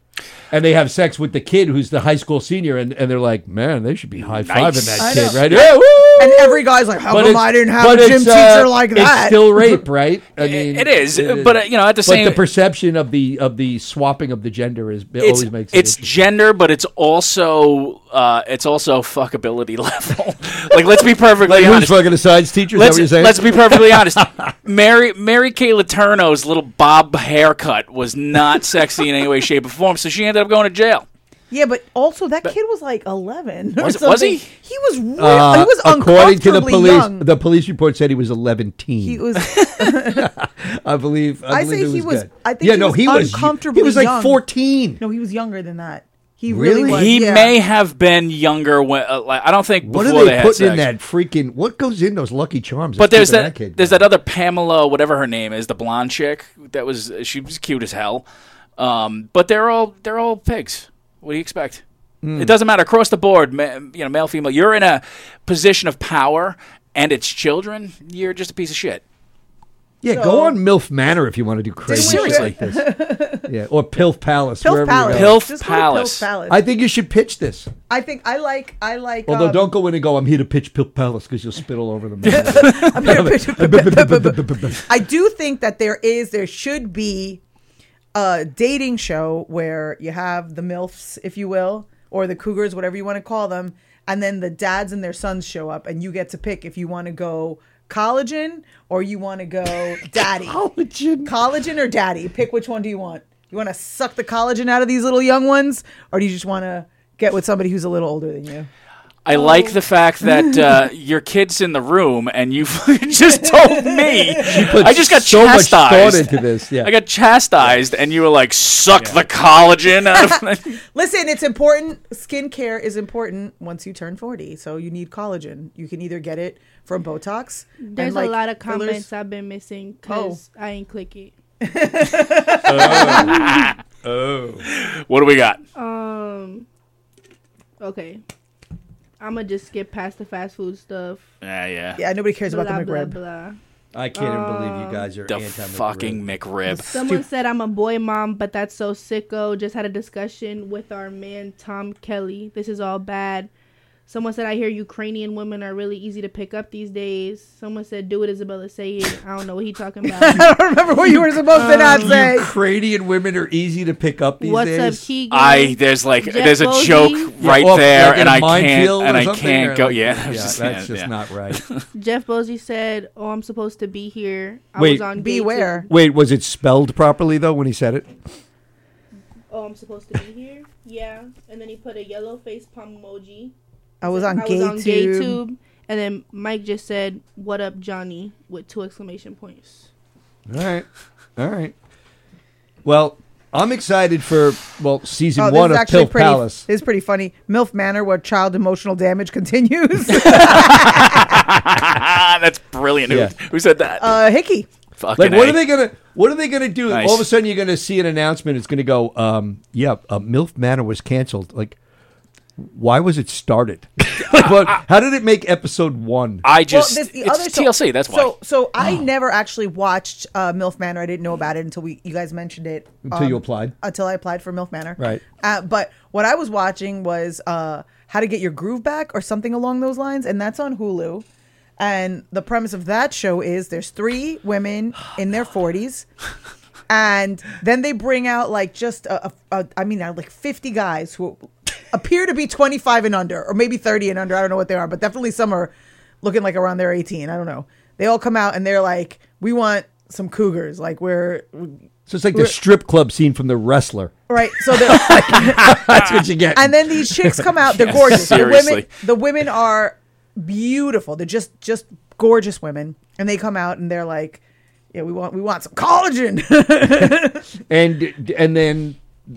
and they have sex with the kid who's the high school senior, and, and they're like, man, they should be high fiving Nice. that I kid, know. right? Yeah, woo! and every guy's like, "How But come it's- I didn't have but a gym it's, uh, teacher like that?" It's still rape, right? I mean, it is, but, uh, you know, at the same- the perception of the of the swapping of the gender is it It's, always makes it it's gender, but it's also uh, it's also fuckability level. like, let's be perfectly Like, who's honest. fucking a science teacher? Is that Let's, what you're saying? let's be perfectly honest. Mary Mary Kay Letourneau's little bob haircut was not sexy in any way, shape, or form, so she ended up going to jail. yeah, but also that kid was like eleven. or Was it- was something. he? He was. Real, Uh, he was according to the uncomfortably police, young. the police report said he was 11 teen. He was. I believe. I, I believe say it he was. good. I think. yeah, he no, was he was. uncomfortably. He was like young. 14. No, he was younger than that. He really, Really? was. He yeah. may have been younger when, uh, like, I don't think What before are they they, had putting sex. in that freaking? What goes in those Lucky Charms? But there's That's keeping that, kid. there's that other Pamela, whatever her name is, the blonde chick. That was she was cute as hell. Um, but they're all they're all pigs. What do you expect? Mm. It doesn't matter across the board. Ma- you know, male, female. You're in a position of power, and it's children. You're just a piece of shit. Yeah, go on Milf Manor if you want to do crazy shit Seriously. like this. yeah, or Pilf Palace. Pilf wherever Palace. You go. Pilf Just go to Pilf Palace. Palace. I think you should pitch this. I think I like. I like. Although, um, don't go in and go. I'm here to pitch Pilf Palace because you'll spit all over them. I do think that there is, there should be a dating show where you have the milfs, if you will, or the cougars, whatever you want to call them, and then the dads and their sons show up, and you get to pick if you want to go collagen or you want to go daddy? collagen. Collagen or daddy? Pick which one do you want? You want to suck the collagen out of these little young ones or do you just want to get with somebody who's a little older than you? Oh. I like the fact that uh, your kid's in the room and you just told me. put I just got so much thought chastised. into this, yeah. I got chastised, and you were like, "Suck the collagen out of." my-" Listen, it's important. Skincare is important once you turn 40. So you need collagen. You can either get it from Botox. and, There's like, a lot of fillers. comments I've been missing because I ain't click it. oh. What do we got? Um. Okay. I'm gonna just skip past the fast food stuff. Yeah, yeah. Yeah, nobody cares about the Blah, McRib. blah, blah. I can't even believe you guys are Uh, the anti fucking McRib. Someone said I'm a boy mom, but that's so sicko. Just had a discussion with our man Tom Kelly. This is all bad. Someone said I hear Ukrainian women are really easy to pick up these days. Someone said do it, Isabella. Say it. I don't know what he talking about. I don't remember what you were supposed to Um, not say. Ukrainian women are easy to pick up these What's up, days. Keegan? I there's like Jeff there's a Bogey? joke Yeah, right off, there, like, in and a I minefield can't or and I something, or can't go. like- Yeah, yeah, that's just not right. Jeff Bosey said, "Oh, I'm supposed to be here. I Wait. was on gay Beware. Wait, was it spelled properly though when he said it? too. Oh, I'm supposed to be here. Yeah." And then he put a yellow face palm emoji. I was on I gay was on gay tube. tube. And then Mike just said, "What up, Johnny?" with two exclamation points. All right, all right. Well, I'm excited for well season Oh, one this is of actually Pill pretty. Palace. This is pretty funny. MILF Manor, where child emotional damage continues. Ah, that's brilliant. Who- Yeah. Who, said that? uh, Hickey. Fucking like, what A. are they gonna? What are they gonna do? Nice. All of a sudden, you're gonna see an announcement. It's gonna go, um, yeah, uh, MILF Manor was canceled. Like, why was it started? like, what, how did it make episode one? I Well, just this- the it's other- so- TLC. that's why. E, So, so Oh. I never actually watched uh, MILF Manor. I didn't know about it until we you guys mentioned it. Until you applied. Until I applied for MILF Manor. Right. Uh, but what I was watching was uh, How to Get Your Groove Back or something along those lines, and that's on Hulu. And the premise of that show is there's three women in their 40s. And then they bring out like just a, a, a I mean uh, like 50 guys who appear to be 25 and under or maybe 30 and under. I don't know what they are, but definitely some are looking like around their 18. I don't know. They all come out and they're like, "We want some cougars." Like we're so it's like the we're- strip club scene from The Wrestler. right. So they're That's what you get. and then these chicks come out. They're Yes, gorgeous. The women, seriously. the women are beautiful. They're just just gorgeous women, and they come out and they're like, "Yeah, we want we want some collagen." and and then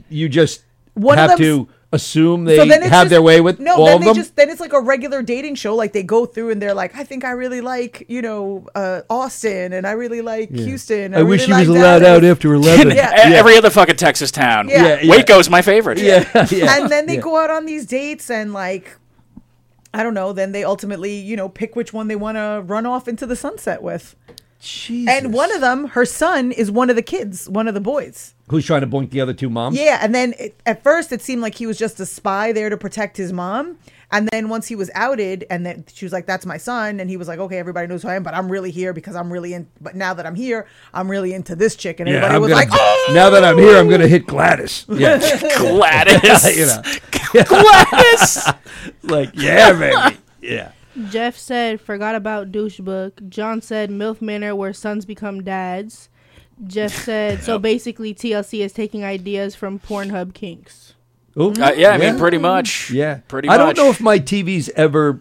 you just One of have them's- to assume they so then have it's just- their way with no. all then of they them. just then it's like a regular dating show. Like they go through and they're like, I think I really like you know uh, Austin, and I really like Yeah. Houston. I wish really he was like allowed Dallas." out after eleven. Yeah. E- Every other fucking Texas town. Yeah. Yeah, Waco's my favorite. Yeah, and then they go out on these dates and like I don't know, then they ultimately, you know, pick which one they want to run off into the sunset with. And one of them, her son is one of the kids, one of the boys. Who's trying to boink the other two moms? Yeah, and then it, at first it seemed like he was just a spy there to protect his mom, and then once he was outed, and then she was like, "That's my son," and he was like, "Okay, everybody knows who I am, but I'm really here because I'm really in. But now that I'm here, I'm really into this chick." And everybody I'm was gonna- like, "Oh, Now that I'm here, I'm going to hit Gladys. Yeah. Gladys. you know. Gladys. Uh, Like, yeah, baby. Yeah. Jeff said, "Forgot about douche book." John said, "Milf Manor, where sons become dads." Jeff said, "So basically, TLC is taking ideas from Pornhub kinks." Ooh. Uh, yeah, I mean, pretty much. Yeah. pretty I don't much. know if my TV's ever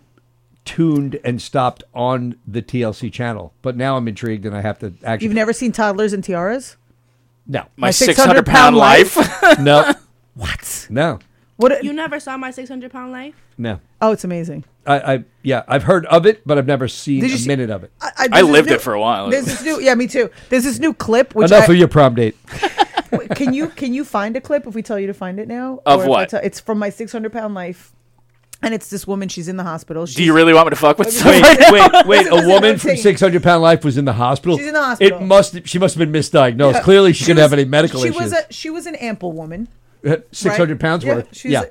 tuned and stopped on the TLC channel, but now I'm intrigued and I have to actually. you've never seen toddlers and tiaras? no. My 600 pound life? no. What? No. What? you never saw my 600 pound life? No. Oh, it's amazing." I, I yeah, I've heard of it, but I've never seen Did a you see- minute of it. I there's this lived new- it for a while. There's this new, yeah, me too. There's this new clip. Which Enough I- of your prom date. Can you can you find a clip if we tell you to find it now? Of Or if I what? tell- it's from my 600 pound life, and it's this woman. She's in the hospital. She's, Do you really want me to fuck with? Wait, somebody? wait, wait! Listen, A listen, woman I'm from saying- 600 pound life was in the hospital. She's in the hospital. It must. She must have been misdiagnosed. Clearly, she, couldn't was- have any medical she issues. was a, she was an ample woman. Six hundred right? pounds Yeah, worth. she's- yeah,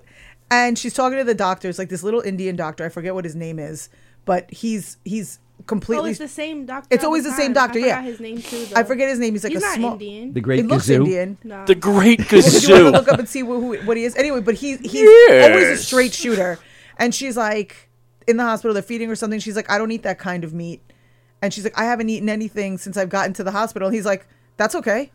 and she's talking to the doctors, like this little Indian doctor. I forget what his name is, but he's he's completely. Oh, it's the same doctor. It's all always the same time. doctor, I yeah. forgot his name too. I though. forget his name. He's like He's a not small Indian. The Great He looks Gazoo? Indian. No. The Great Do you want to Gazoo. look up and see who, who, what he is? Anyway, but he's he's always a Yes. straight shooter. And she's like in the hospital, they're feeding her something. She's like, I don't eat that kind of meat. And she's like, I haven't eaten anything since I've gotten to the hospital. And he's like, That's okay.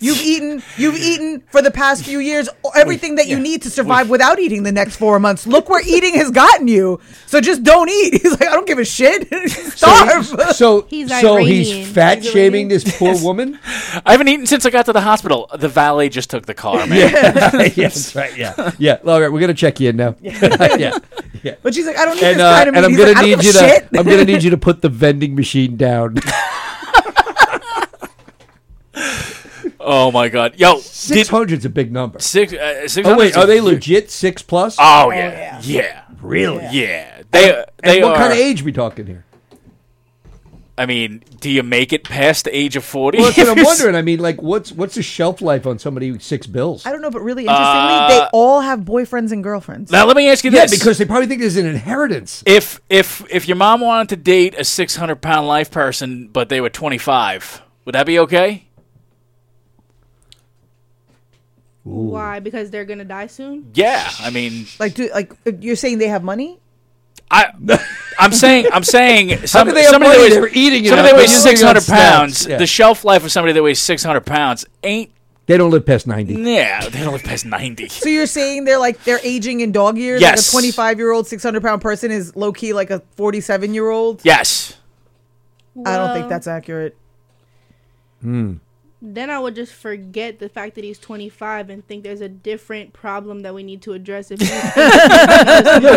You've eaten. You've eaten for the past few years everything that you need to survive without eating the next four months. Look where eating has gotten you. So just don't eat. He's like, I don't give a shit. Starve. So, so he's fat shaming this poor woman. I haven't eaten since I got to the hospital. The valet just took the car, man. yeah, yes, right. Yeah, yeah. All right, we're gonna check you in now. yeah, yeah. But she's like, I don't need And, this uh, vitamin. and I'm He's gonna like, I don't need give a you to. shit. I'm gonna need you to put the vending machine down. Oh my god, yo, six hundred's a big number. Six. Uh, Oh wait, 600's are they a- legit six plus? Ah, Oh, yeah. yeah, Really? Yeah, they. And- they and what kind are- of age we talking here? I mean, do you make it past the age of forty? Well, that's what I'm wondering. I mean, like, what's what's the shelf life on somebody with six bills? I don't know, but really interestingly, they Uh, all have boyfriends and girlfriends. Now let me ask you Yeah, this: because they probably think there's an inheritance. if if if your mom wanted to date a six hundred pound life person, but they were twenty five, would that be okay? Why? Because they're gonna die soon. Yeah, I mean, Like, do like uh, you're saying they have money? I I'm saying I'm saying some, could they have money? somebody that weighs, They were eating it somebody up. that weighs They're six using it on hundred pounds. snacks. Yeah. The shelf life of somebody that weighs six hundred pounds ain't They don't live past ninety. yeah. They don't live past ninety. So you're saying they're like they're aging in dog years? Yes. Like a 25 year old, 600 pound person is low key like a 47 year old. Yes. I don't think Well, that's accurate. Hmm. Then I would just forget the fact that he's 25 and think there's a different problem that we need to address. If Yeah,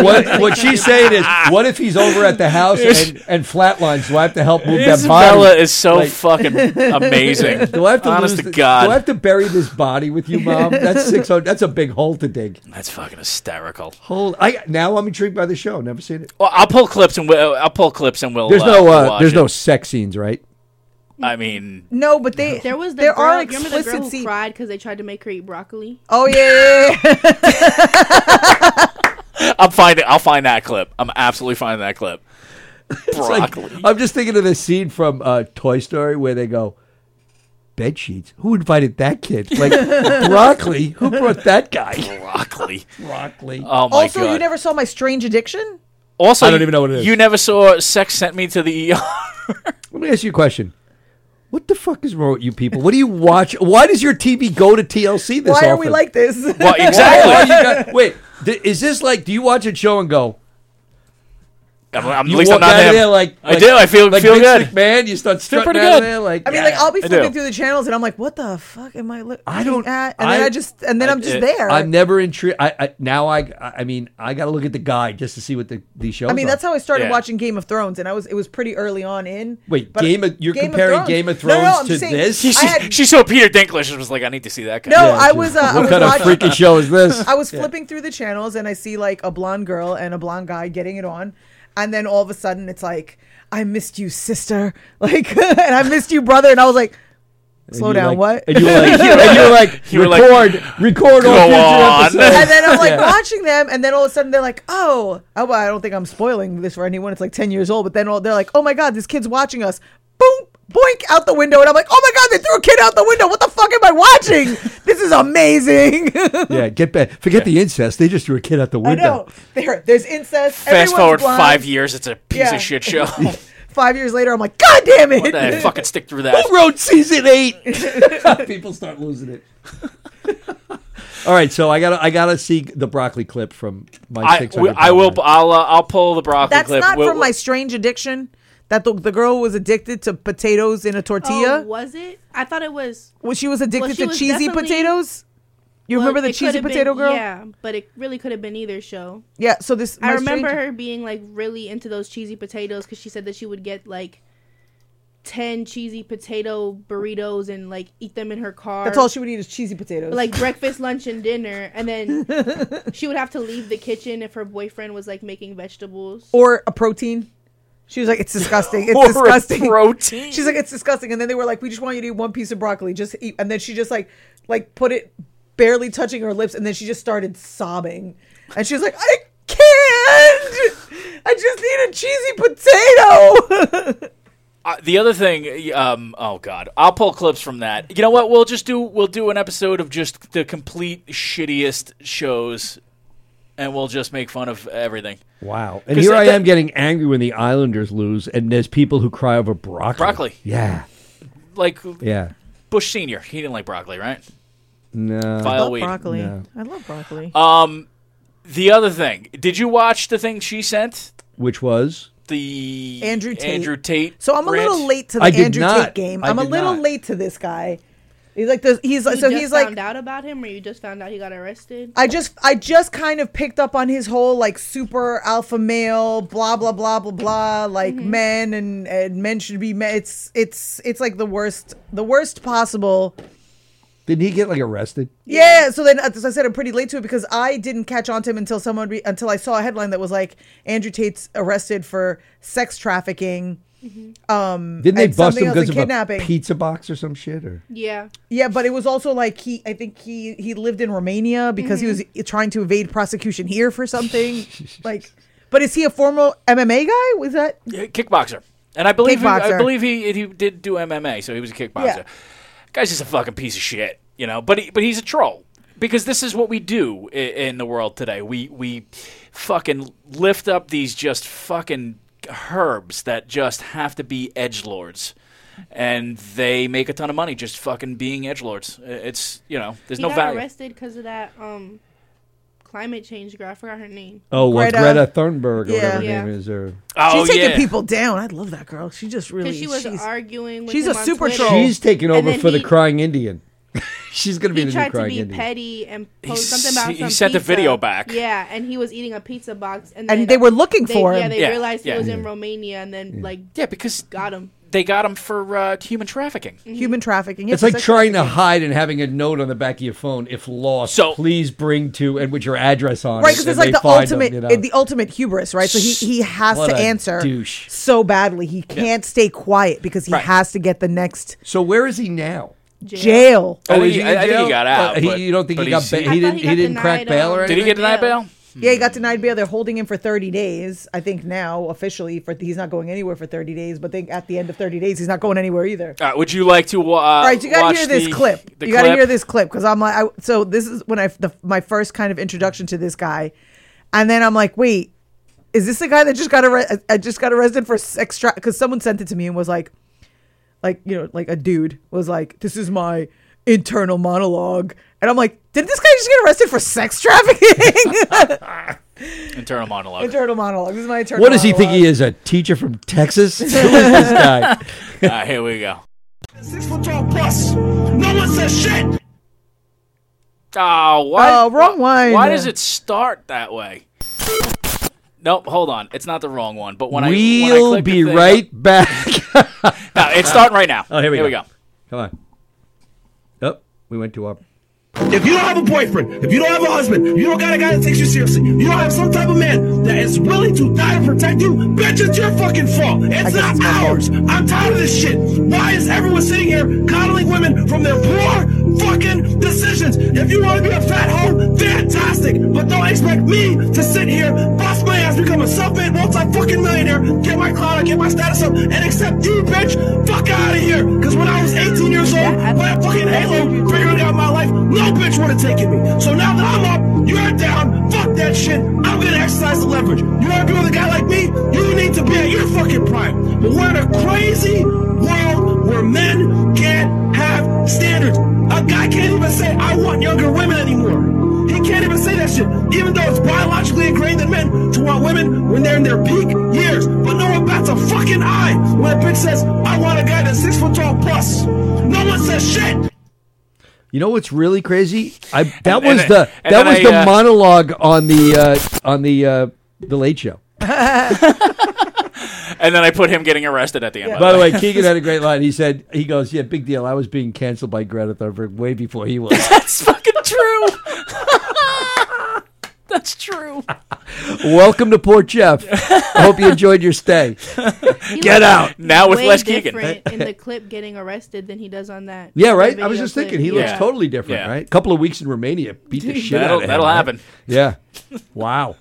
what, what she's saying is, what if he's over at the house and, and flatlines? Do I have to help move that body? Isabella is so fucking amazing. Do I have to Honest lose to the- God. Do I have to bury this body with you, mom? That's six hundred. That's a big hole to dig. That's fucking hysterical. Hold. I now I'm intrigued by the show. Never seen it. Well, I'll pull clips and we'll, I'll pull clips and we'll. There's uh, no. Uh, watch there's it. no sex scenes, right? I mean, No, but they there was the there girl, are you remember the girl explicit who scenes. cried because they tried to make her eat broccoli. Oh yeah, yeah, yeah. I'm finding. I'll find that clip. I'm absolutely finding that clip. It's like- Broccoli. I'm just thinking of the scene from uh, Toy Story where they go, bed sheets. Who invited that kid? Like broccoli. Who brought that guy? broccoli. Broccoli. Oh my also, god. you never saw my strange addiction. also, I don't even know what it is. You never saw "Sex Sent Me to the ER." Let me ask you a question. What the fuck is wrong with you people? What do you watch? Why does your TV go to TLC this Why often? are we like this? Well, Why are exactly. you guys- wait, th- is this like? Do you watch a show and go? I'm, I'm, at You least I'm walk not out of him. there like, I do. I feel like feel Vince good. McMahon, you start Feel strutting pretty out of good. there like. I mean, like I'll be I flipping do. through the channels and I'm like, what the fuck am I looking I don't- at? And then I- I just and then I, am just Uh, there. I'm never intrigued. I, I now I I mean I got to look at the guide just to see what the these shows. I mean, are. that's how I started Yeah. watching Game of Thrones, and I was it was pretty early on in. Wait, but- Game of- you're comparing Game of No, no, Thrones I'm to saying this? She, I had- she saw Peter Dinklage and was like, "I need to see that guy." No, Yeah, I dude. was. Uh, I what was kind watching- of freaky show is this? I was flipping through the channels and I see like a blonde girl and a blonde guy getting it on, and then all of a sudden it's like, "I missed you, sister," like, and I missed you, brother, and I was like, "Slow you down, like- what?" And you were like, and you were like, You were like, record, record "Go all future on." episodes. and then I'm like Yeah. watching them, and then all of a sudden they're like, "Oh, oh, well, I don't think I'm spoiling this for anyone. It's like 10 years old." But then all, they're like, "Oh my god, this kid's watching us!" Boom, boink out the window, and I'm like, "Oh my god, they threw a kid out the window. What the fuck am I watching? this is amazing." yeah, get back. Forget the incest. They just threw a kid out the I window. know. There, there's incest. Fast everyone's forward blind. five years, it's a piece Yeah. of shit show. Five years later, I'm like, God damn it! I fucking stick through that. Who wrote season eight? People start losing it. All right, so I gotta I gotta see the broccoli clip from my I, six we- hundred. I will. I'll. Uh, I'll pull the broccoli That's clip. not We'll- from my strange addiction. That the, the girl was addicted to potatoes in a tortilla. Oh, was it? I thought it was. Well, she was addicted Well, she to was cheesy definitely- potatoes. You well, remember the it cheesy could've been- potato girl? Yeah, but it really could have been either show. Yeah, So this. I my remember strange- her being like really into those cheesy potatoes because she said that she would get like ten cheesy potato burritos and like eat them in her car. That's all she would eat is cheesy potatoes. like breakfast, lunch, and dinner, and then she would have to leave the kitchen if her boyfriend was like making vegetables. or a protein. She was like, "It's disgusting. It's Or a disgusting." protein. She's like, "It's disgusting." And then they were like, "We just want you to eat one piece of broccoli. Just eat." And then she just like, like put it barely touching her lips, and then she just started sobbing. And she was like, "I can't. I just need a cheesy potato." Uh, the other thing, um, oh god, I'll pull clips from that. You know what? We'll just do we'll do an episode of just the complete shittiest shows and we'll just make fun of everything. Wow. And 'Cause here that- I am getting angry when the Islanders lose, and there's people who cry over broccoli. Broccoli. Yeah. Like Yeah. Bush Senior, he didn't like broccoli, right? No. File love weed. broccoli. Oh, No. Uh, I love broccoli. Um, the other thing, did you watch the thing she sent? Which was? The Andrew Tate. Andrew Tate. So I'm a rant? little late to the I did Andrew Tate not. game. I I'm a did little not. late to this guy. He's like this. He's like you Oh, so. just He's like found out about him, or you just found out he got arrested? I just I just kind of picked up on his whole like super alpha male blah blah blah blah blah like men and and men should be men. It's it's it's like the worst the worst possible. Didn't he get like arrested? Yeah. So then, uh, as I said, I'm pretty late to it because I didn't catch on to him until someone re- until I saw a headline that was like Andrew Tate's arrested for sex trafficking. Um, Didn't they and bust something him else, because and of a pizza box or some shit? Or Yeah. Yeah, but it was also like he I think he he lived in Romania because he was trying to evade prosecution here for something. like but is he a formal MMA guy? Was that Yeah, kickboxer. And I believe he, I Kickboxer. believe he he did do MMA, so he was a kickboxer. Yeah. Guy's just a fucking piece of shit, you know. But he, but he's a troll because this is what we do in, in the world today. We we fucking lift up these just fucking herbs that just have to be edge lords. And they make a ton of money just fucking being edge lords. It's you know, there's he no got value. arrested because of that um climate change girl. I forgot her name. oh, well, Greta- Greta, Thunberg or whatever her Yeah. name is. Or Oh, she's taking people down. I love that girl. She just really Because she was she's, arguing with she's him a on super Twitter. troll. she's taking And over then for the he- crying Indian. She's gonna be He the new tried to crying be Indian. petty and He post s- something about he some sent the pizza. video back. Yeah, and he was eating a pizza box, and, And then, they were looking they- for Yeah, him. they Yeah, realized yeah. he was in Romania, and then like yeah, because got him. They got him for uh, human trafficking. human trafficking. It's Yeah, like sex trying to hide and having a note on the back of your phone. If lost, So- please bring to and with your address on. Right, it, because and it's like they the find ultimate, them, you know? uh, the ultimate hubris, right? So he, he has What to a answer douche. so badly. He can't stay quiet because he has to get the next So where is he now? Oh, jail. I think is he- in I- I think he jail? got out, Uh, he- but- you don't think but he got? he's- Ba- I he didn't. He, didn't crack bail or anything. Did he get denied bail? Yeah, he got denied bail. They're holding him for 30 days. I think now officially for he's not going anywhere for 30 days, but think at the end of 30 days he's not going anywhere either. All right, would you like to uh, All right, you got watch to hear this the- clip. the you got to clip? hear this clip cuz I'm like I, so this is when I the, my first kind of introduction to this guy. And then I'm like, "Wait, is this the guy that just got arrested I just got arrested for sex tra- cuz someone sent it to me and was like like, you know, like a dude was like, "This is my internal monologue." And I'm like, "Did this guy just get arrested for sex trafficking?" Internal monologue. Internal monologue. This is my internal. What does he monologue. think uh, he is? A teacher from Texas? Who is this guy? All right, Uh, here we go. Six foot tall plus. No one says shit. Oh, why? Oh, wrong one. Why does it start that way? Nope, hold on. It's not the wrong one. But when I when I we'll click the be thing- right back. No, it's starting right now. Oh, here we here go. we go. Come on. Oh, we went to our. If you don't have a boyfriend, if you don't have a husband, you don't got a guy that takes you seriously, you don't have some type of man that is willing to die to protect you, bitch, it's your fucking fault. It's not ours. I'm tired of this shit. Why is everyone sitting here coddling women from their poor fucking decisions? If you want to be a fat hoe, fantastic. But don't expect me to sit here, bust my ass, become a self-made multi-fucking millionaire, get my clout, up, get my status up, and accept you, bitch. Fuck out of here. Because when I was 18 years old, when I fucking halo figuring out my life, no bitch would have taken me. So now that I'm up, you're down, fuck that shit. I'm gonna exercise the leverage. You wanna be with a guy like me? You need to be at your fucking prime. But we're in a crazy world where men can't have standards. A guy can't even say, I want younger women anymore. He can't even say that shit, even though it's biologically ingrained in men to want women when they're in their peak years. But no one bats a fucking eye when a bitch says, I want a guy that's six foot tall plus. No one says shit. You know what's really crazy? I that And- and was I- the and that then was I, the uh, monologue on the uh, on the uh, the Late Show. And then I put him getting arrested at the end. By the way, Keegan had a great line. He said, "He goes, yeah, big deal. I was being canceled by Greta Thunberg way before he was. that's fucking true. that's true. Welcome to Port Jeff. I hope you enjoyed your stay. He Get looks out." Now with way Les Keegan. different in the clip getting arrested than he does on that. Yeah, right. video I was just clip. thinking he looks Yeah. totally different, Yeah. right? A couple of weeks in Romania, beat the Dude, shit that'll- out of him. that'll right? happen. Yeah. Wow.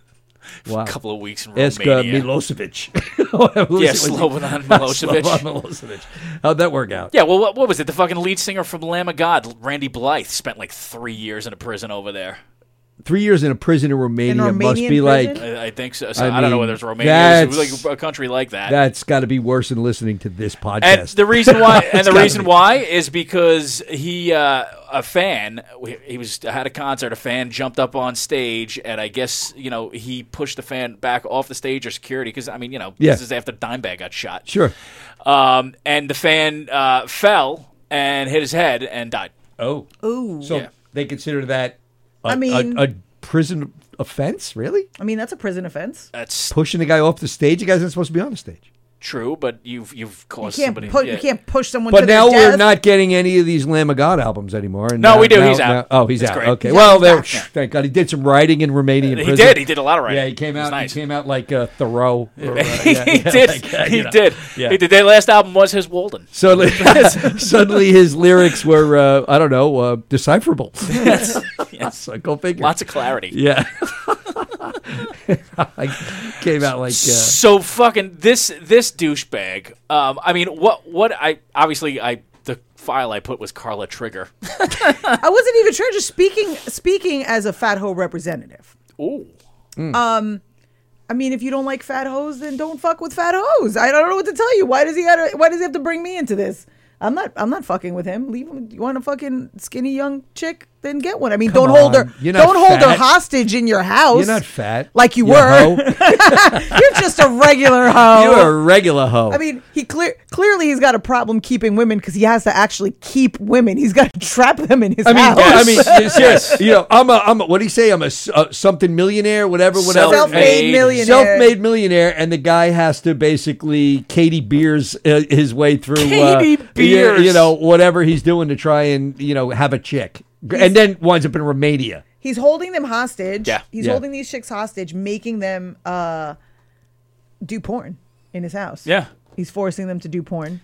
Wow. couple of weeks in Ask uh, Romania. Milosevic. Yeah, Slobodan Milosevic. Slobodan Milosevic. How'd that work out? Yeah, well, what, what was it? The fucking lead singer from Lamb of God, Randy Blythe, spent like three years in a prison over there. Three years in a prison in Romania must Romanian be like. prison? I- I think so. So I don't know whether it's Romania. It was that's- like a country like that. That's got to be worse than listening to this podcast. And the reason why, and It's the gotta reason be. why, is because he, uh, a fan, he was had a concert. A fan jumped up on stage, and I guess you know he pushed the fan back off the stage or security because I mean you know Yeah. this is after Dimebag got shot. Sure. Um, and the fan uh, fell and hit his head and died. Oh. Ooh. So they consider that. a- I mean- a, a prison offense, really? I mean, that's a prison offense. That's Pushing the guy off the stage. The guy's not supposed to be on the stage. true, but you've you've You caused somebody. can't, pu- yeah. you can't push someone But to their now we're death. not getting any of these Lamb of God albums anymore. And No, now- we do. now- He's out. now- oh, he's It's out. great. Okay. He's well, out. there. Thank God he did some writing in Romanian He prison. did. He did a lot of writing. Yeah, he came It was out. nice. He came out like uh, Thoreau. or, uh, he yeah, yeah, did. like, uh, he you know. did. He did. Their last album was his Walden. Suddenly, suddenly his lyrics were uh, I don't know uh, decipherable. Yes. Yes. So go figure. Lots of clarity. Yeah. I came out like uh, so fucking this this douchebag. Um, I mean, what what I obviously I the file I put was Carla Trigger. I wasn't even sure. Just speaking, speaking as a fat hoe representative. Ooh. Um, I mean, if you don't like fat hoes, then don't fuck with fat hoes. I don't know what to tell you. Why does he have? Why does he have to bring me into this? I'm not. I'm not fucking with him. Leave him. You want a fucking skinny young chick? Then get one. I mean, Come don't hold on. her. You're not don't hold her fat. hostage in your house. you're not fat Like you were. hoe. You're just a regular hoe. You're a regular hoe. I mean, he clear clearly he's got a problem keeping women because he has to actually keep women. He's got to trap them in his I mean, house. I mean, yeah, serious. You know, I'm a, I'm a, what do you say? I'm a s- uh, something millionaire, whatever, whatever. Self-made And- millionaire. Self-made millionaire, and the guy has to basically Katie Beers uh, his way through. Katie uh, Beers. You, you know, whatever he's doing to try and you know have a chick, and then winds up in Romania. he's holding them hostage. Yeah. he's Yeah. holding these chicks hostage, making them uh, do porn in his house. Yeah. he's forcing them to do porn,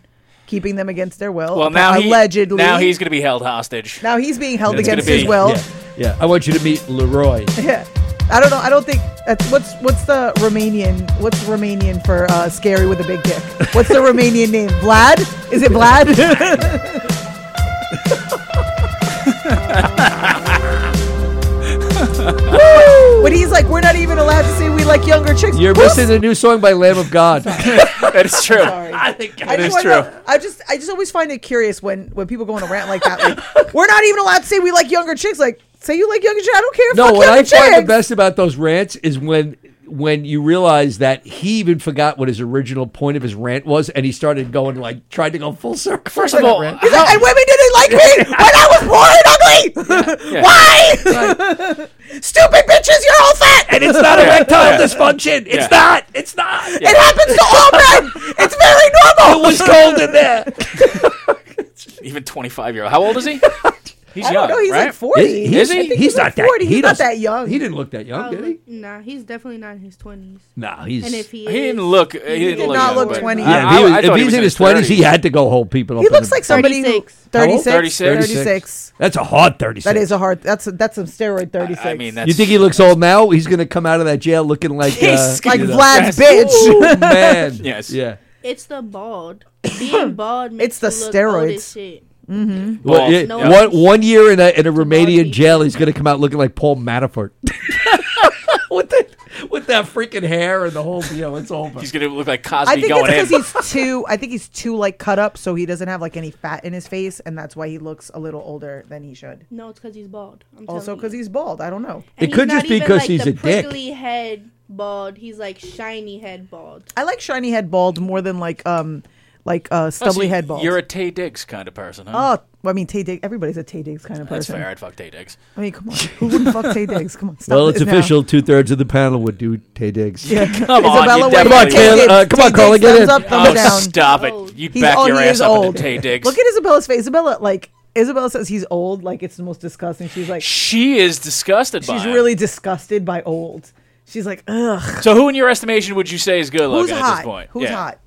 keeping them against their will. Well, now he- allegedly, now he's going to be held hostage. now he's being held It's gonna against his be- will. yeah. Yeah, I want you to meet Leroy. Yeah. I don't know. I don't think that's what's what's the Romanian what's Romanian for uh, scary with a big dick. What's the Romanian name? Vlad? Is it Vlad? Woo! When he's like, we're not even allowed to say we like younger chicks. You're Woo! missing a new song by Lamb of God. that is true. I think I just wanna know- I just I just always find it curious when when people go on a rant like that. Like, we're not even allowed to say we like younger chicks. Like, say you like younger chicks. I don't care. No, Fuck what younger I find chicks. the best about those rants is when when you realize that he even forgot what his original point of his rant was, and he started going like tried to go full circle. First of all, He's like, and women didn't like me when I was born and ugly. yeah. Why? Stupid bitches, you're all fat. and it's not erectile Yeah. dysfunction. It's Yeah. not. It's not. It happens to all men. It's very normal. It was cold in there. Even twenty five year old. How old is he? He's I young, don't know. He's right? like 40. Is- is he? I think He's like not that- 40. he He's not doesn't- that young. He didn't look that Oh. young, did he? Oh, Nah, he's definitely not in his twenties. No, he's. and if he, He is, didn't look. He, didn't did look not young, look but- 20. I- yeah, if, he I- was, I if thought he was in his twenties, he 30s. had to go hold people up. He in looks the- like somebody who 36. 36. 36. 36. That's a hard thirty-six. That is a hard. That's a, that's some steroid 36. I mean, that's You think he looks old now? He's going to come out of that jail looking like uh, He's like you know. Vlad's Yes. bitch. Oh, man. Yes. Yeah. it's the bald. Being bald makes It's the you look old as steroids. shit. Well, Well, yeah, no one, offense. one year in a in a Romanian Barbie. jail, he's going to come out looking like Paul Manafort. with that with that freaking hair and the whole deal, it's over. he's going to look like Cosby I think going it's in. because he's too. I think he's too like cut up, so he doesn't have like any fat in his face, and that's why he looks a little older than he should. No, it's because he's bald. I'm Also, telling because you. he's bald. I don't know. And It he's could not just be even, 'cause like, he's the a dick. Prickly head bald. He's like shiny head bald. I like shiny head bald more than like um like uh Oh, so stubbly head bald. You're a Tay Diggs kind of person, huh? oh, well, I mean Tay Diggs. Everybody's a Tay Diggs kind of That's person. fair. I'd fuck Tay Diggs. I mean, come on, who wouldn't fuck Tay Diggs? Come on, stop well, it's this now. official. Two thirds of the panel would do Tay Diggs. Yeah. Come on, Isabella you Wade, definitely Tay would. Diggs, Come on, Kayla, uh, come on, Tay Carla, Diggs, thumbs get in. up, thumbs Oh, down. stop it! You He's back old. your He ass is up old. into Tay Diggs. Look at Isabella's face. Isabella, like Isabella says, he's old. Like it's the most disgusting. She's like, she is disgusted by. she's him. really disgusted by old. She's like, ugh. So, who in your estimation would you say is good Who's looking at hot? this point? Who's Yeah. hot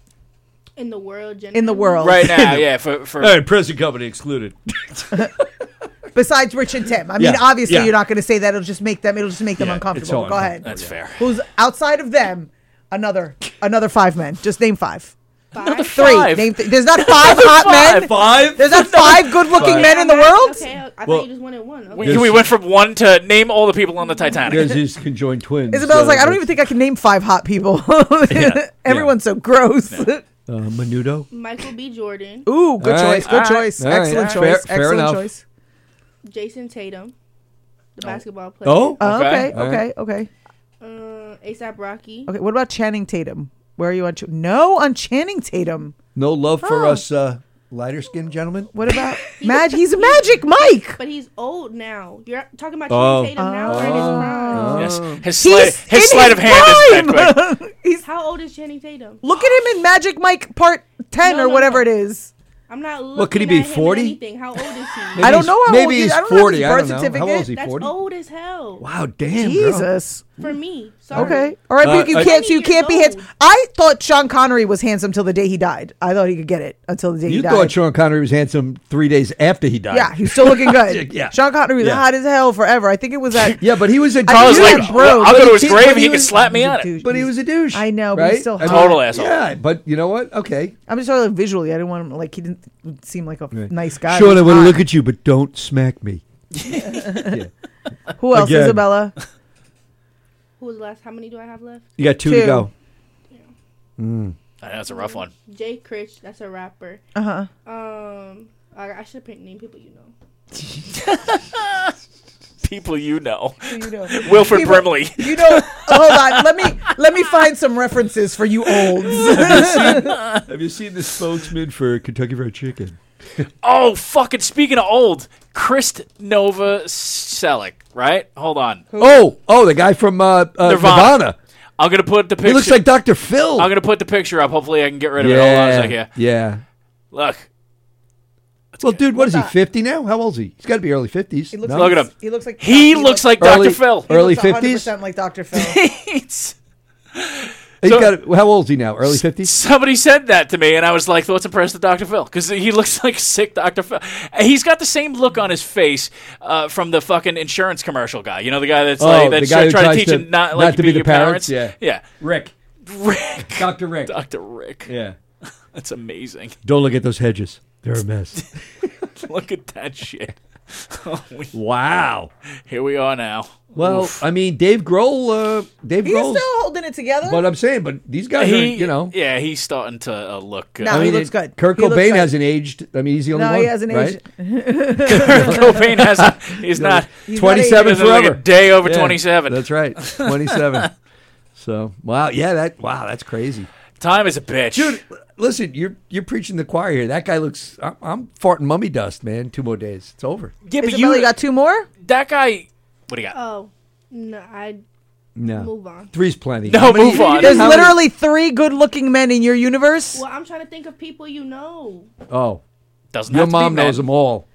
In the world, generally. in the world Right now, yeah. For, for prison company excluded. besides Rich and Tim? I mean, Yeah, obviously yeah. you're not going to say that. It'll just make them. It'll just make them Yeah, it's uncomfortable. all Go ahead. that's fair. Who's outside of them? Another another five men. Just name five. Another three. Name th- there's not five hot men. Five. There's not five good-looking Five. men in the world. well, we, There's- we went from one to name all the people on the Titanic. There's these conjoined twins. Uh, Isabel's so like, I don't it's- even think I can name five hot people. Everyone's so gross. Uh, Menudo. Michael B. Jordan. Ooh, good All choice. right, Good all right, choice. all right. Excellent Fair- choice. fair Excellent enough. choice. Jason Tatum, the basketball player. Oh, okay, All okay, right. okay, Uh, ASAP Rocky. okay. What about Channing Tatum? Where are you on? Ch- no, on Channing Tatum. No love for Oh. us uh, lighter skinned gentlemen. What about Mag? He's a Magic Mike. But he's old now. You're talking about Oh. Channing Tatum now. we're in his prime. Yes. Oh. His He's sleight, his in sleight of his hand is that quick. prime. Oh. How old is Channing Tatum? Look at him in Magic Mike Part Ten No, or no, whatever no. it is. I'm not looking What, could he at be him in 40? anything. How old is he? Maybe I don't he's- know how maybe old he is. he's I don't know his 40. I birth don't know. How old is he? certificate. That's 40? old as hell. Wow, damn. girl. Jesus. For me. Sorry. Okay. All right, Uh, but you I- can't. So you 20 can't be years handsome. I thought Sean Connery was handsome till the day he died. I thought he could get it until the day he You died. thought Sean Connery was handsome three days after he died. yeah, he's still looking good. Yeah. Sean Connery was Yeah. hot as hell forever. I think it was that. Yeah, but he was a I Carla's knew like, that bro. "Well, I'll go to his But grave and he he can was- slap me on it. Dude, but he was a douche. I know, but right? he's still hot. Total asshole. Yeah, but you know what? Okay. I'm just sort of like visually. I didn't want him like he didn't seem like a nice guy. Sean, I He was want to hot. look at you, but don't smack me. Who else? again. Isabella. Who was the last? How many do I have left? You got two, Two. to go. I know, that's a Mm. rough one. Jay Critch. That's a rapper. Uh huh. Um, I, I should pick name people you know. People you know. You know. Wilfred People- Brimley. You know. Hold on. Let me let me find some references for you olds. Have you seen the spokesman for Kentucky Fried Chicken? Oh, fucking speaking of old, Krist Nova Selleck, right? Hold on. Oh, oh, the guy from uh, uh, Nirvana. Nirvana. I'm going to put the picture. He looks like Dr. Phil. I'm going to put the picture up. Hopefully I can get rid of it. Hold on a yeah, second. yeah. Look. Well, dude, what is he? Fifty now? How old is he? He's got to be early fifties. looks Look at him. He looks like He looks like Early- Dr. Phil. he early looks 100% 50s? like Dr. Phil. It's- He's So- got. How old is he now? Early fifties. Somebody said that to me, and I was like, "What's impressed with Doctor Phil?" Because he looks like sick Doctor Phil. And He's got the same look on his face uh, from the fucking insurance commercial guy. You know, the guy that's Oh, like the that's guy who trying to tries teach to- him not, not like to be be the your parents. parents, yeah, Rick, Rick, Dr. Rick. Doctor Rick. Yeah. That's amazing. Don't look at those hedges. They're a mess. look at that shit. Oh, we- wow. Here we are now. Well, I mean, Dave Grohl. Uh, Dave He's Grohl. still holding it together. But um, I'm saying, but these guys are, He, you know. yeah, he's starting to uh, look. Uh, No, I he mean, looks it- good. Kurt He looks Cobain good. hasn't aged. I mean, he's the only no, one. he hasn't right? aged. Cobain has. A, he's not. He He's not Twenty-seven doesn't look forever. a day over Yeah, twenty-seven. That's right. Twenty-seven. so wow, yeah, that wow, that's crazy. Time is a bitch. dude. Listen, you're you're preaching the choir here. That guy looks. I'm, I'm farting mummy dust, man. Two more days, it's over. yeah, but Isabella, you you got Uh, two more? that guy. What do you got? Oh, no, I No, move on. three's plenty. No, How many- move on. There's how many- literally three good looking men in your universe. Well, I'm trying to think of people you know. Oh, Doesn't your have to be mom men. knows them all.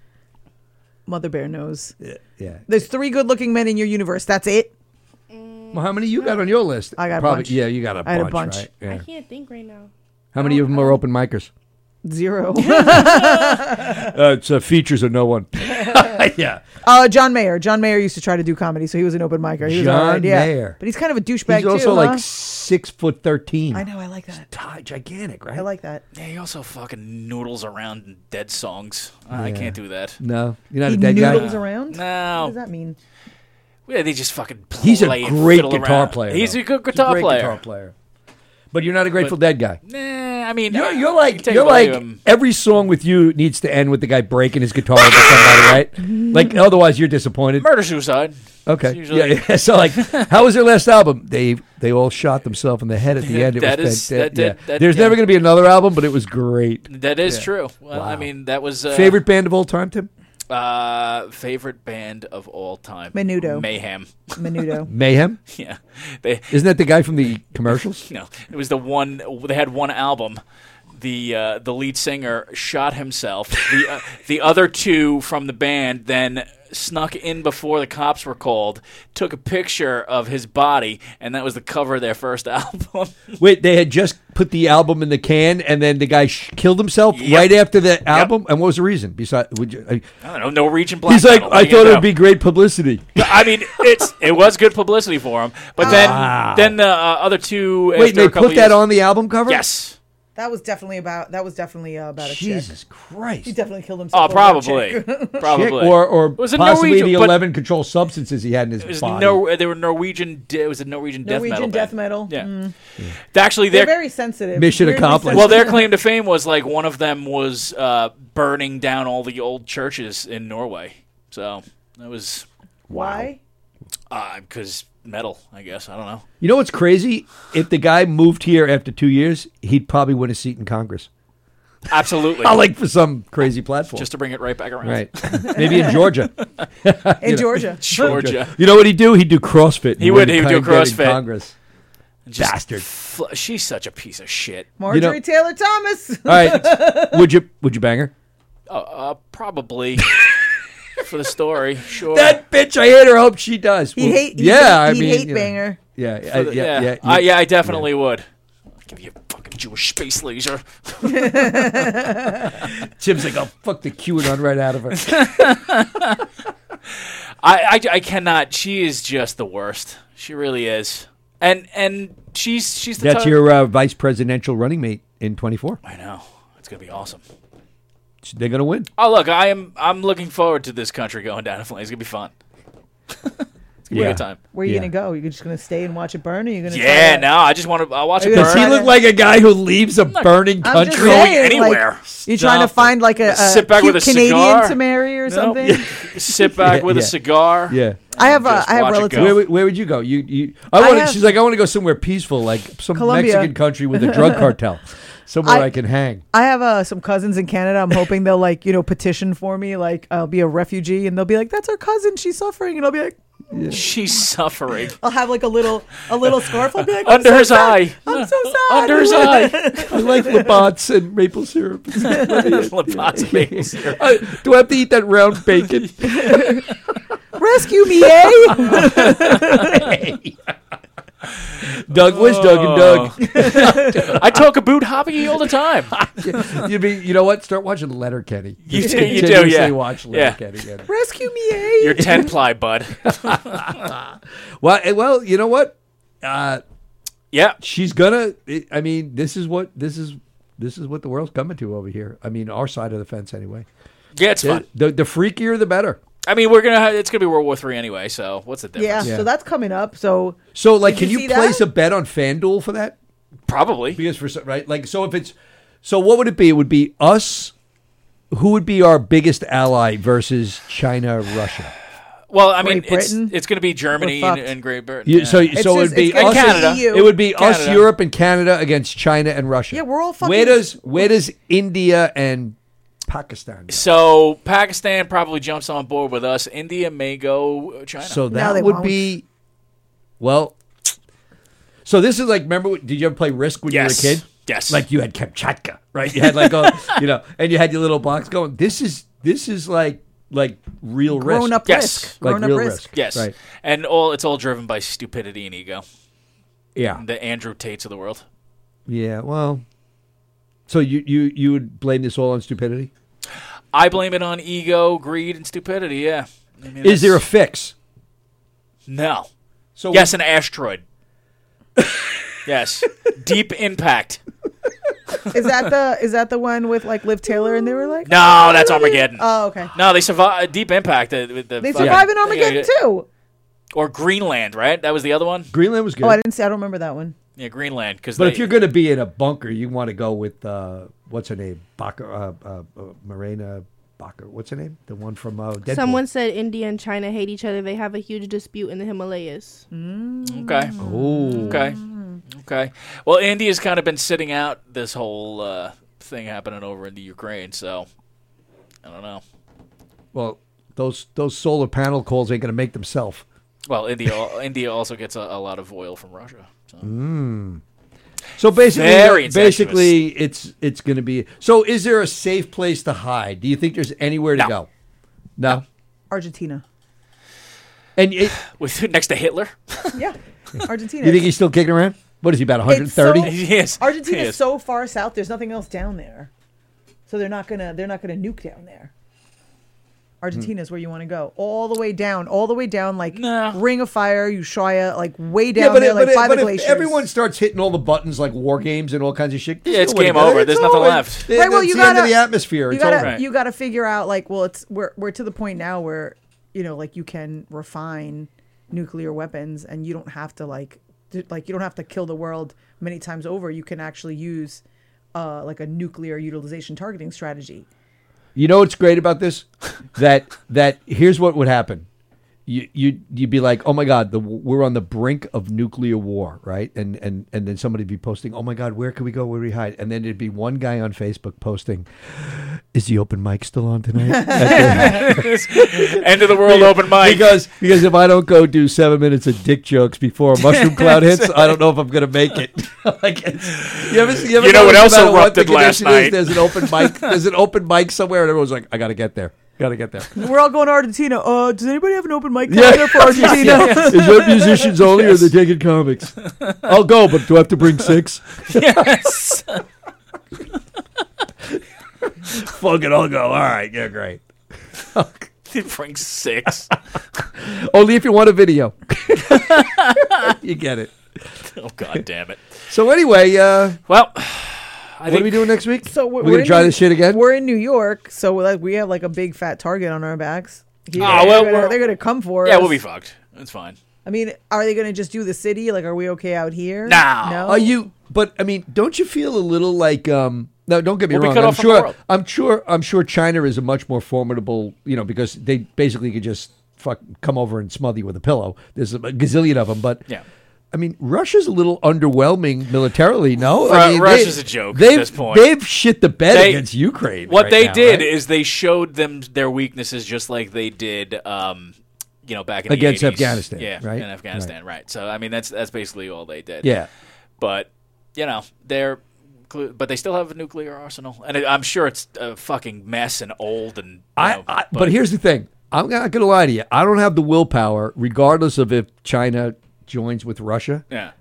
Mother Bear knows. Yeah. There's three good looking men in your universe. That's it. Well, how many you got on your list? I got a Probably, bunch. Yeah, you got a bunch. I had a bunch. Right? I Yeah. can't think right now. How many of them are open micers? Zero. Uh, it's uh, features of no one. yeah. uh, John Mayer. John Mayer used to try to do comedy, so he was an open micer. He was John alright, yeah. Mayer. But he's kind of a douchebag He's too. also like huh? six foot thirteen. I know. I like that. Ti- gigantic, right? I like that. Yeah, he also fucking noodles around in dead songs. Uh, I Yeah. can't do that. No, you're not He a dead guy. noodles around. What does No, that mean? yeah, they just fucking. Play He's a and great fiddle guitar around. player, He's though. a good He's a guitar great player. guitar player. But you're not a Grateful Dead guy. Nah, I mean, uh, You're, you're you like take um, you're away like him. every song with you needs to end with the guy breaking his guitar into somebody, right? Like otherwise you're disappointed. murder suicide. Okay, It's usually- yeah, yeah. So like, how was their last album? They they all shot themselves in the head at the end. It That was is- dead, that- yeah. that- that- There's yeah. never going to be another album, but it was great. That is true. Well, I Wow. mean, that was uh, Favorite band of all time, Tim? uh, favorite band of all time. Menudo. Mayhem. Menudo. Mayhem. yeah, they Isn't that the guy from the commercials? No, it was the one they had one album. The uh, the lead singer shot himself. The uh, the other two from the band then snuck in before the cops were called, took a picture of his body, and that was the cover of their first album. Wait, they had just put the album in the can, and then the guy sh- killed himself Yep. right after the album. And what was the reason? Besides, would you, I, I don't know, Norwegian black. he's like, metal. What I are you gonna thought it would do?" be great publicity. I mean, it's it was good publicity for him, but then Wow. then the uh, other two. Ah. Wait, after a they couple put that years- on the album cover? Yes. That was definitely about. That was definitely uh, about a Jesus chick. Christ! He definitely killed himself. Oh, over a probably, chick. probably. Chick or or It was a possibly Norwegian- the but- eleven controlled substances he had in his It was body. Nor- they were Norwegian. de- It was a Norwegian, Norwegian death death metal. metal. Yeah. Mm. band. They Actually, They're their very sensitive. Mission Weirdly accomplished. Well, their sensitive. claim to fame was like one of them was uh, burning down all the old churches in Norway. So that was Why? because metal, I guess. I don't know. You know what's crazy? If the guy moved here after two years, he'd probably win a seat in Congress. Absolutely. I like for some crazy platform. Just to bring it right back around. Right. Maybe in Georgia. You In know. Georgia. Georgia. You know what he'd do? He'd do CrossFit. He would. He would do kinda get in CrossFit. Congress. Just Bastard. fl- she's such a piece of shit. Marjorie Taylor Thomas. All right. would you? Would you bang her? Uh, uh, probably for the story. Sure. That bitch. I hate her. Hope she does. He'd hate- he'd Yeah. I hate- he'd mean. hate you know. bang her. Yeah. For I- the- yeah. Yeah. I, you- yeah, I definitely would. I'll give you a fucking Jewish space laser. Jim's like, oh, I'll fuck the QAnon right out of her. I, I, I cannot. She is just the worst. She really is. And and she's she's the That's type- your uh, vice presidential running mate in 24. I know. It's gonna be awesome. They're going to win. Oh look, I am I'm looking forward to this country going down in flames. It's gonna be fun. it's gonna be a good time. Where are you gonna go? You're just gonna stay and watch it burn, or you're gonna? Yeah, try to- no, I just want to. I watch it Does burn. he look like a guy who leaves a burning I'm just country? Going saying, like, anywhere. you're trying to Nothing. find like a, a Sit back cute with a Canadian cigar. to marry or Nope. something. Sit back Yeah, with a yeah. cigar. Yeah. I have a, Just I have watch it relatives. go. Where, would- where would you go? You, you I I want. have- she's like, I want to go somewhere peaceful, like some Colombia. Mexican country with a drug cartel, somewhere I, I- can hang. I have uh, some cousins in Canada. I'm hoping they'll like you know petition for me, like I'll be a refugee, and they'll be like, "That's our cousin. She's suffering," and I'll be like, She's suffering. I'll have like a little a little scarf. I'll be like, Under I'm so his sad. eye. I'm so sad. Under his eye. Oh, I like Labatt's and maple syrup. Lobotomy. I- do I have to eat that round bacon? Rescue me, eh? Doug, where's Doug and Doug? I talk about hoppy all the time. You'd be, you know what? Start watching Letterkenny. You Just do- you do, continuously yeah. Watch Yeah. Letterkenny. Yeah. Rescue me, eh? You're ten ply, bud. Well, eh, well, you know what? Uh, yeah, she's gonna. it- I mean, this is what this is. This is what the world's coming to over here. I mean, our side of the fence, anyway. Yeah, it's the, fun. The, the freakier, the better. I mean, we're gonna. Have, it's gonna be World War Three anyway. So what's the yeah, difference? So that's coming up. So So, like, Did can you you, see place a bet on FanDuel for that? Probably because for so- right, like, so if it's so, what would it be? It would be us. Who would be our biggest ally versus China, Russia? Well, I mean, Great it's, Britain? it's going to be Germany and, fucked. and Great Britain. You, yeah. So, so it would be and us, Canada. It would be us, Canada. Europe, and Canada against China and Russia. Yeah, we're all fucking- Where does where does India and Pakistan? So Pakistan probably jumps on board with us. India may go uh, China. So that would be well. So this is like remember did you ever play Risk when Yes. you were a kid? Yes. Like you had Kamchatka, right? You had like all you know, and you had your little box going. This is this is like like real risk. Grown-up Yes. risk. Like Grown-up real risk. risk. Yes, Right. and all it's all driven by stupidity and ego. Yeah. the Andrew Tates of the world. Yeah, well. So you you you would blame this all on stupidity? I blame it on ego, greed, and stupidity. Yeah. I mean, Is there a that's- fix? no? So yes, an asteroid. yes, deep impact. is that the is that the one with like Liv Taylor and they were like, No, that's Armageddon. Oh, okay. No, they survive Deep Impact. uh, with the They fucking- survive in Armageddon Yeah, yeah. too. Or Greenland, right? That was the other one. Greenland was good. Oh, I didn't see. I don't remember that one. Yeah, Greenland. Because But if you're going to be in a bunker, you want to go with uh, what's her name, Baca, uh, uh, uh, Morena Baca. What's her name? The one from uh, Deadpool. Someone said India and China hate each other. They have a huge dispute in the Himalayas. Mm. Okay. Oh. Okay. Okay. Well, India's kind of been sitting out this whole uh, thing happening over in the Ukraine, so I don't know. Well, those those solar panel calls ain't going to make themselves. Well, India al- India also gets a, a lot of oil from Russia. Mm. So basically, Very basically, it's it's going to be. So, is there a safe place to hide? Do you think there's anywhere to No. go? No. Argentina. And it, With next to Hitler, Yeah, Argentina. you think he's still kicking around? What is he about 130? It's so- Argentina is so far south. There's nothing else down there, so they're not gonna they're not gonna nuke down there. Argentina is where you want to go. All the way down, all the way down, like Ring of Fire, Ushuaia, like way down there, like by the if glaciers. everyone starts hitting all the buttons like war games and all kinds of shit. Yeah, it's there's no way game to do it. over. There's It's nothing over. left. Yeah, right, well, that's you the gotta end of the atmosphere. You It's gotta, over. you gotta figure out like, well, it's we're we're to the point now where you know, like you can refine nuclear weapons, and you don't have to like d- like you don't have to kill the world many times over. You can actually use uh, like a nuclear utilization targeting strategy. You know what's great about this? that that here's what would happen. You you you'd be like, oh my god, the, we're on the brink of nuclear war, right? And and and then somebody'd be posting, oh my god, where can we go? Where do we hide? And then it'd be one guy on Facebook posting, is the open mic still on tonight? End of the world open mic. because because if I don't go do seven minutes of dick jokes before a mushroom cloud hits, I don't know if I'm gonna make it. like it's, you ever, you ever You know what notice else no matter what, the erupted last condition is night? There's an open mic. There's an open mic somewhere, and everyone's like, I gotta get there. Gotta get there. We're all going to Argentina. Uh, does anybody have an open mic Yeah. calendar for Argentina? Yes. Is it musicians only or are they taking comics? I'll go, but do I have to bring six? Yes. Fuck it, I'll go. All right, yeah, great. It brings six. Only if you want a video. you get it. Oh god damn it. So anyway, uh, well, what do we do next week? So we're, gonna in try New- this shit again. We're in New York, so like we have like a big fat target on our backs. Here, Ah, well, they're, gonna, we're- they're gonna come for us. Yeah, we'll be fucked. That's fine. I mean, are they gonna just do the city? Like, are we okay out here? No. Oh. Are you? But I mean, don't you feel a little like? um No, don't get me We'll be wrong. cut I'm off from the sure. world. I'm sure. I'm sure China is a much more formidable. You know, because they basically could just fuck come over and smother you with a pillow. There's a gazillion of them, but Yeah. I mean, Russia's a little underwhelming militarily. No, Ru- I mean, Russia's a joke at They've, this point. They've shit the bed They- against Ukraine. What right they now, did right? is they showed them their weaknesses, just like they did, um, you know, back in Against the 80s. Afghanistan, Yeah, right? In Afghanistan, right. So I mean, that's that's basically all they did. Yeah. But you know, they're. clu- But they still have a nuclear arsenal, and it- I'm sure it's a fucking mess and old and. you I, know, I but, here's the thing. I'm not gonna lie to you. I don't have the willpower, regardless of if China joins with Russia. Yeah.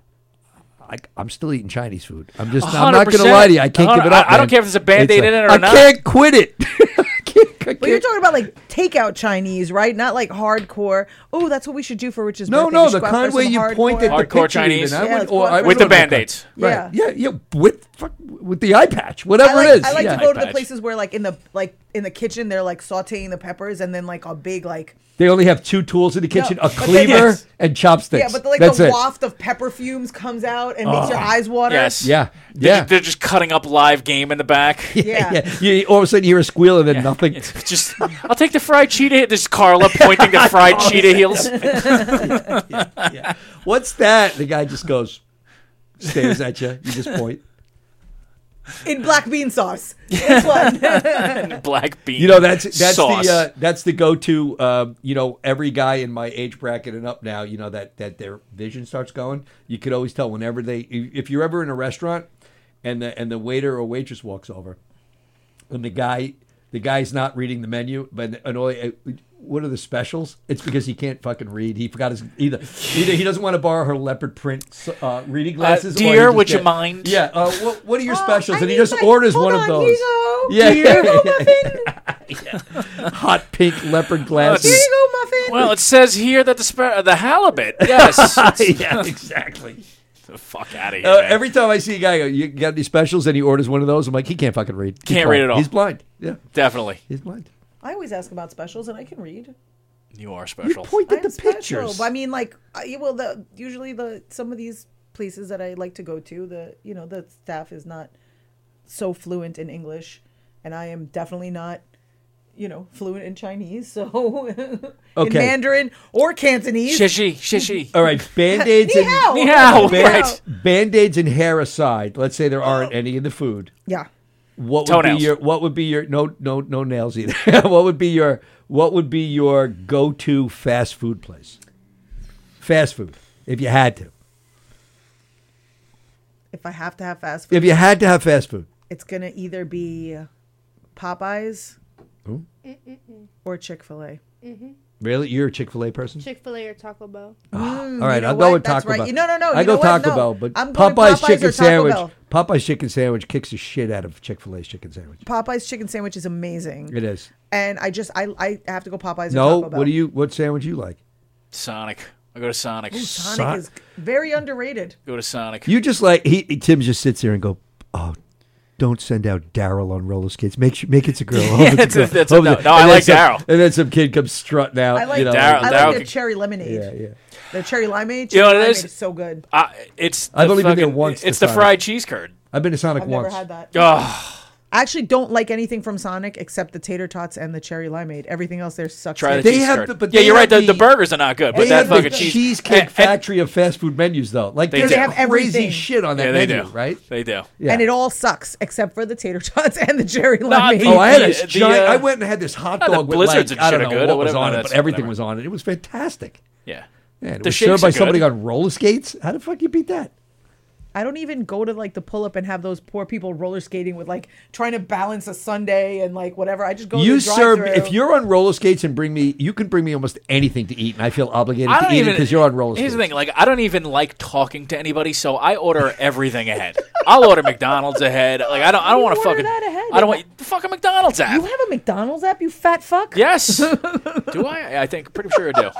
I, I'm still eating Chinese food. I'm just. I'm not gonna lie to you. I can't 100%. give it up. I- I don't man. care if there's a Band-Aid like- in it or I not. can't quit it. But you're talking about like takeout Chinese, right? Not like hardcore. Oh, that's what we should do for Rich's No, birthday. no, We should the go out kind for where some you hardcore- point at the picture even. I Yeah, would- let's go or out for I With would the look at that. Band-Aids. Right. Yeah. Yeah, yeah, with fuck, with the eye patch, whatever I like, it is. I like Yeah. to go to the places where, like in the like in the kitchen, they're like sautéing the peppers, and then like a big like They only have two tools in the kitchen: No, a but they- cleaver Yes. and chopsticks. yeah, but like That's the it. waft of pepper fumes comes out and makes your Oh. eyes water. Yes. They're Yeah, ju- yeah. They're just cutting up live game in the back. Yeah. yeah. You all of a sudden you hear a squeal and then nothing. Just, I'll take the fried cheetah. This is Carla pointing to fried cheetah heels. What's that? The guy just goes, stares at you. You just point. in black bean sauce. This one. Black bean. You know that's that's sauce. the uh, that's the go to. Uh, you know every guy in my age bracket and up now. You know that that their vision starts going. You could always tell whenever they if you're ever in a restaurant and the and the waiter or waitress walks over and the guy the guy's not reading the menu but and all uh, what are the specials? It's because he can't fucking read. He forgot his either. Either he doesn't want to borrow her leopard print uh, reading glasses. or he dear, just would you can't- mind? Yeah. Uh, what, what are your specials? Oh, I and he need just my- orders hold one of on, those. here you go. Yeah. Here you go, Hot pink Oh, leopard glasses. Well, it says here that the spa- the halibut. Yes. Yeah, exactly. the fuck out of here. Uh, man. every time I see a guy, go, you got any specials? And he orders one of those. I'm like, he can't fucking read. He's Can't blind. read at all. He's blind. Yeah, Definitely. he's blind. I always ask about specials, and I can read. You are special. Point at the Special, pictures. but I mean, like, I, well, the usually the some of these places that I like to go to, the you know the staff is not so fluent in English, and I am definitely not, you know, fluent in Chinese, so in Okay. Mandarin or Cantonese. Shishi, shishi. All right, band aids. Ni hao. Ni hao, right. Band aids and hair aside. Let's say there aren't any in the food. Yeah. What would Toenails. be your? What would be your? No, no, no nails either. what would be your? What would be your go-to fast food place? Fast food, if you had to. If I have to have fast food, If you had to have fast food, it's gonna either be Popeyes Ooh. or Chick Fil A. Mm-hmm. really, you're a Chick Fil A person. Chick Fil A or Taco Bell. all right, you I'll know go what? with That's Taco right. Bell. You- no, no, no, I you go know what? Taco No. Bell, but I'm going Popeye's Popeyes or chicken Taco sandwich. Bell. Popeye's chicken sandwich kicks the shit out of Chick Fil A's chicken sandwich. Popeye's chicken sandwich is amazing. It is. And I just I I have to go Popeyes. no, or Taco Bell. what do you? What sandwich you like? Sonic. I go to Sonic. Ooh, Sonic So- is very underrated. Go to Sonic. You just like he. Tim just sits there and go, oh. Don't send out Daryl on roller skates. Make sure, make it's a girl. Hope Yeah, it's a that's- girl. that's- Hope no, it's a- no, I and then like some- Daryl. And then some kid comes strutting out. I like you know, I like their cherry lemonade. Yeah, yeah. Their cherry lemonade. You know what it cherry is? limeade so good. Uh, it's. I've the only been there fucking- once to It's the Sonic. fried cheese curd. I've been to Sonic I've once. never had that. Ugh. I actually don't like anything from Sonic except the tater tots and the cherry limeade. Everything else there sucks. Try the dick. cheese curd. yeah, you're right. The, the, burgers are not good, but They that have the fucking cheese cheesecake and- and- factory of fast food menus though. Like They there's do. They have crazy everything. shit on that yeah, they menu, do. right? They do. Yeah. And it all sucks except for the tater tots and the cherry Nah, limeade. the- Oh, I had a the, giant. uh, I went and had this hot not dog the with blizzards like, and I don't shit are know good or what was whatever. on No, it, but that's- everything whatever. was on it. It was fantastic. Yeah. Yeah, and it The was shakes served are by somebody good. on roller skates. How the fuck you beat that? I don't even go to like the pull up and have those poor people roller skating with like trying to balance a Sunday and like whatever. I just go. you to the serve drive-thru. if you're on roller skates and bring me. You can bring me almost anything to eat, and I feel obligated I to don't eat even it because you're on roller Here's skates. the thing: like, I don't even like talking to anybody, so I order everything ahead. I'll order McDonald's ahead. Like, I don't. I don't want to order fucking. that ahead. I don't want fucking McDonald's app. You have a McDonald's app, you fat fuck. Yes. do I? I think pretty sure I do.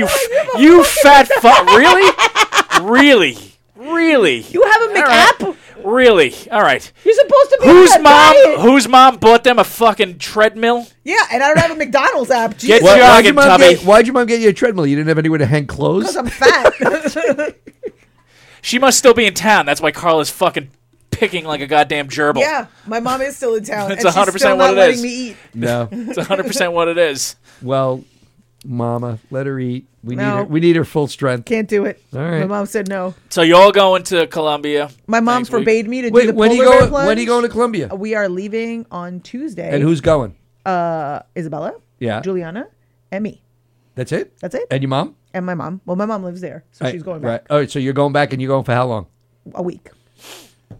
You, f- you fat fuck. Really? Really? Really? You have a McApp. Really? All right. You're supposed to be. Whose on a mom? diet. Whose mom bought them a fucking treadmill? Yeah, and I don't have a McDonald's app. Get Jesus, your why'd, your Jogging, mom Tubby. get, why'd your mom get you a treadmill? You didn't have anywhere to hang clothes. because I'm fat. She must still be in town. That's why Carl is fucking picking like a goddamn gerbil. yeah, my mom is still in town. That's and she's 100% still what not it letting is. me eat. No. It's 100% what it is. Well, Mama, let her eat. We need No. her. We need her full strength. Can't do it. All right. My mom said no. So you all going to Columbia? My mom next week? forbade me to do Wait, the when are polar you bear going? plunge. Uh, When are you going to Columbia? We are leaving on Tuesday. And who's going? Uh, Isabella. Yeah. Juliana, and me. That's it. That's it. And your mom? And my mom. Well, my mom lives there, so she's going Right. back All right. So you're going back, and you're going for how long? a week.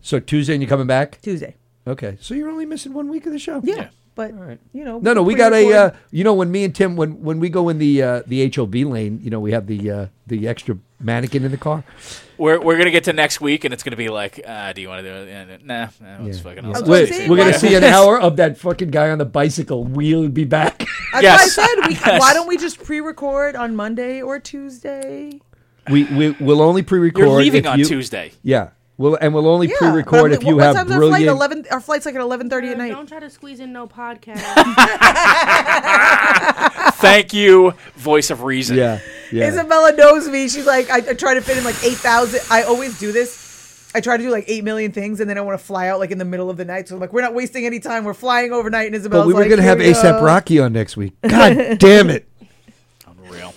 So Tuesday, and you're coming back. Tuesday. Okay. So you're only missing one week of the show. Yeah. But you know. No, no, we got a. pre-record. Uh, you know, when me and Tim, when when we go in the uh, the HOV lane, you know, we have the uh, the extra mannequin in the car. We're, we're gonna get to next week, and it's gonna be like, uh, do you want to do it? Yeah, Nah, nah let's fucking. I was gonna Wait, say, we're gonna why- see an hour of that fucking guy on the bicycle. We'll be back. That's Yes. why I said. We, Yes. Why don't we just pre-record on Monday or Tuesday? we we will only pre-record. You're leaving if on you- Tuesday. Yeah. We'll and we'll only Yeah. but pre-record I'm- if you what have time's our flight? brilliant. Eleven. Our flight's like at eleven thirty at Uh, night. Don't try to squeeze in no podcast. Thank you, voice of reason. yeah. Yeah. Isabella knows me. She's like, I, I try to fit in like 8,000. I always do this. I try to do like 8 million things and then I want to fly out like in the middle of the night. So I'm like, we're not wasting any time. We're flying overnight. And Isabella's but we were like, uh, gonna "Here have we ASAP go." Rocky on next week. God damn it. Unreal.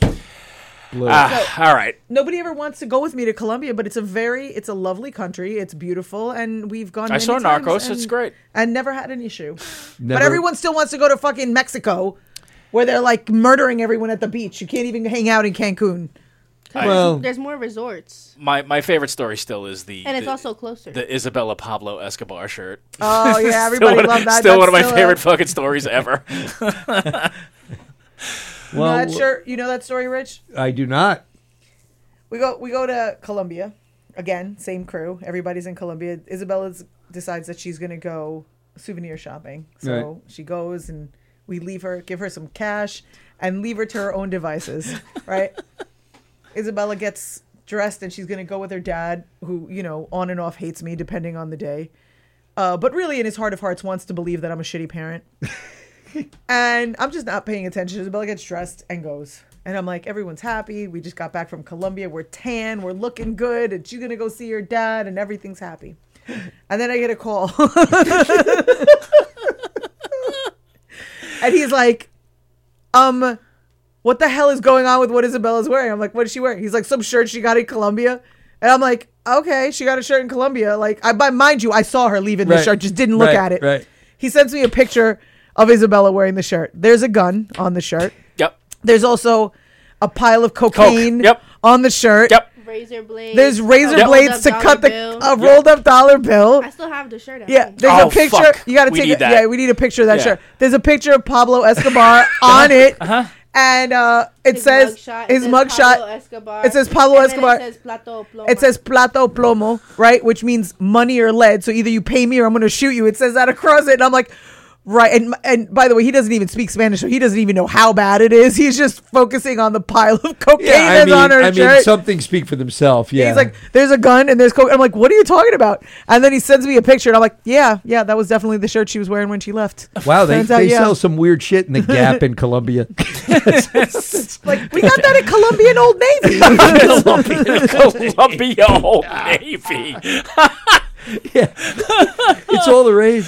Blow. Ah, all right. Nobody ever wants to go with me to Colombia, but it's a very, it's a lovely country. It's beautiful. And we've gone. I many saw times Narcos. and- It's great. And never had an issue. But Never- everyone still wants to go to fucking Mexico where they're like murdering everyone at the beach. You can't even hang out in Cancun. Well, There's more resorts, My my favorite story still is the and it's the- also closer. the Isabella Pablo Escobar shirt. Oh, yeah. Still Everybody one- loved that. Still one of That's my still a- favorite fucking stories ever. well, that shirt, you know that story, Rich? I do not. We go we go to Colombia again, same crew. Everybody's in Colombia. Isabella decides that she's gonna go souvenir shopping, so Right. she goes and we leave her, give her some cash, and leave her to her own devices, right? Isabella gets dressed and she's gonna go with her dad, who you know on and off hates me depending on the day, uh, but really in his heart of hearts wants to believe that I'm a shitty parent. And I'm just not paying attention. Isabella gets dressed and goes. And I'm like, everyone's happy. We just got back from Colombia. We're tan. We're looking good. And she's going to go see her dad, and everything's happy. And then I get a call. and he's like, um, what the hell is going on with what Isabella's wearing? I'm like, what is she wearing? He's like, some shirt she got in Colombia. And I'm like, okay, she got a shirt in Colombia. Like, I, but mind you, I saw her leaving the Right, shirt, just didn't look right, at it. right. He sends me a picture of Isabella wearing the shirt. There's a gun on the shirt. yep. There's also a pile of cocaine Yep. on the shirt. Yep. razor blades. There's razor a rolled blades up to dollar cut the bill. a rolled up dollar bill. I still have the shirt. At Yeah, home. there's Oh, a picture. fuck. You got to We take. need a, that. Yeah, we need a picture of that Yeah. Uh-huh. shirt. There's a picture of Pablo Escobar on it, and uh, it says his mugshot. It says Pablo and then Escobar. It says Plato Plomo. It says plato plomo, right? Which means money or lead. So either you pay me or I'm going to shoot you. It says that across it. And I'm like, right. And and by the way, he doesn't even speak Spanish, so he doesn't even know how bad it is. He's just focusing on the pile of cocaine Yeah, I that's mean, on her I mean, shirt. something speak for themselves. Yeah, He's like, there's a gun and there's coke. I'm like, what are you talking about? And then he sends me a picture, and I'm like, yeah, yeah, that was definitely the shirt she was wearing when she left. wow, they, Turns out, they yeah. sell some weird shit in the Gap in Colombia. like we got that at Colombian Old Navy. Columbia Old Navy. it's all the rage.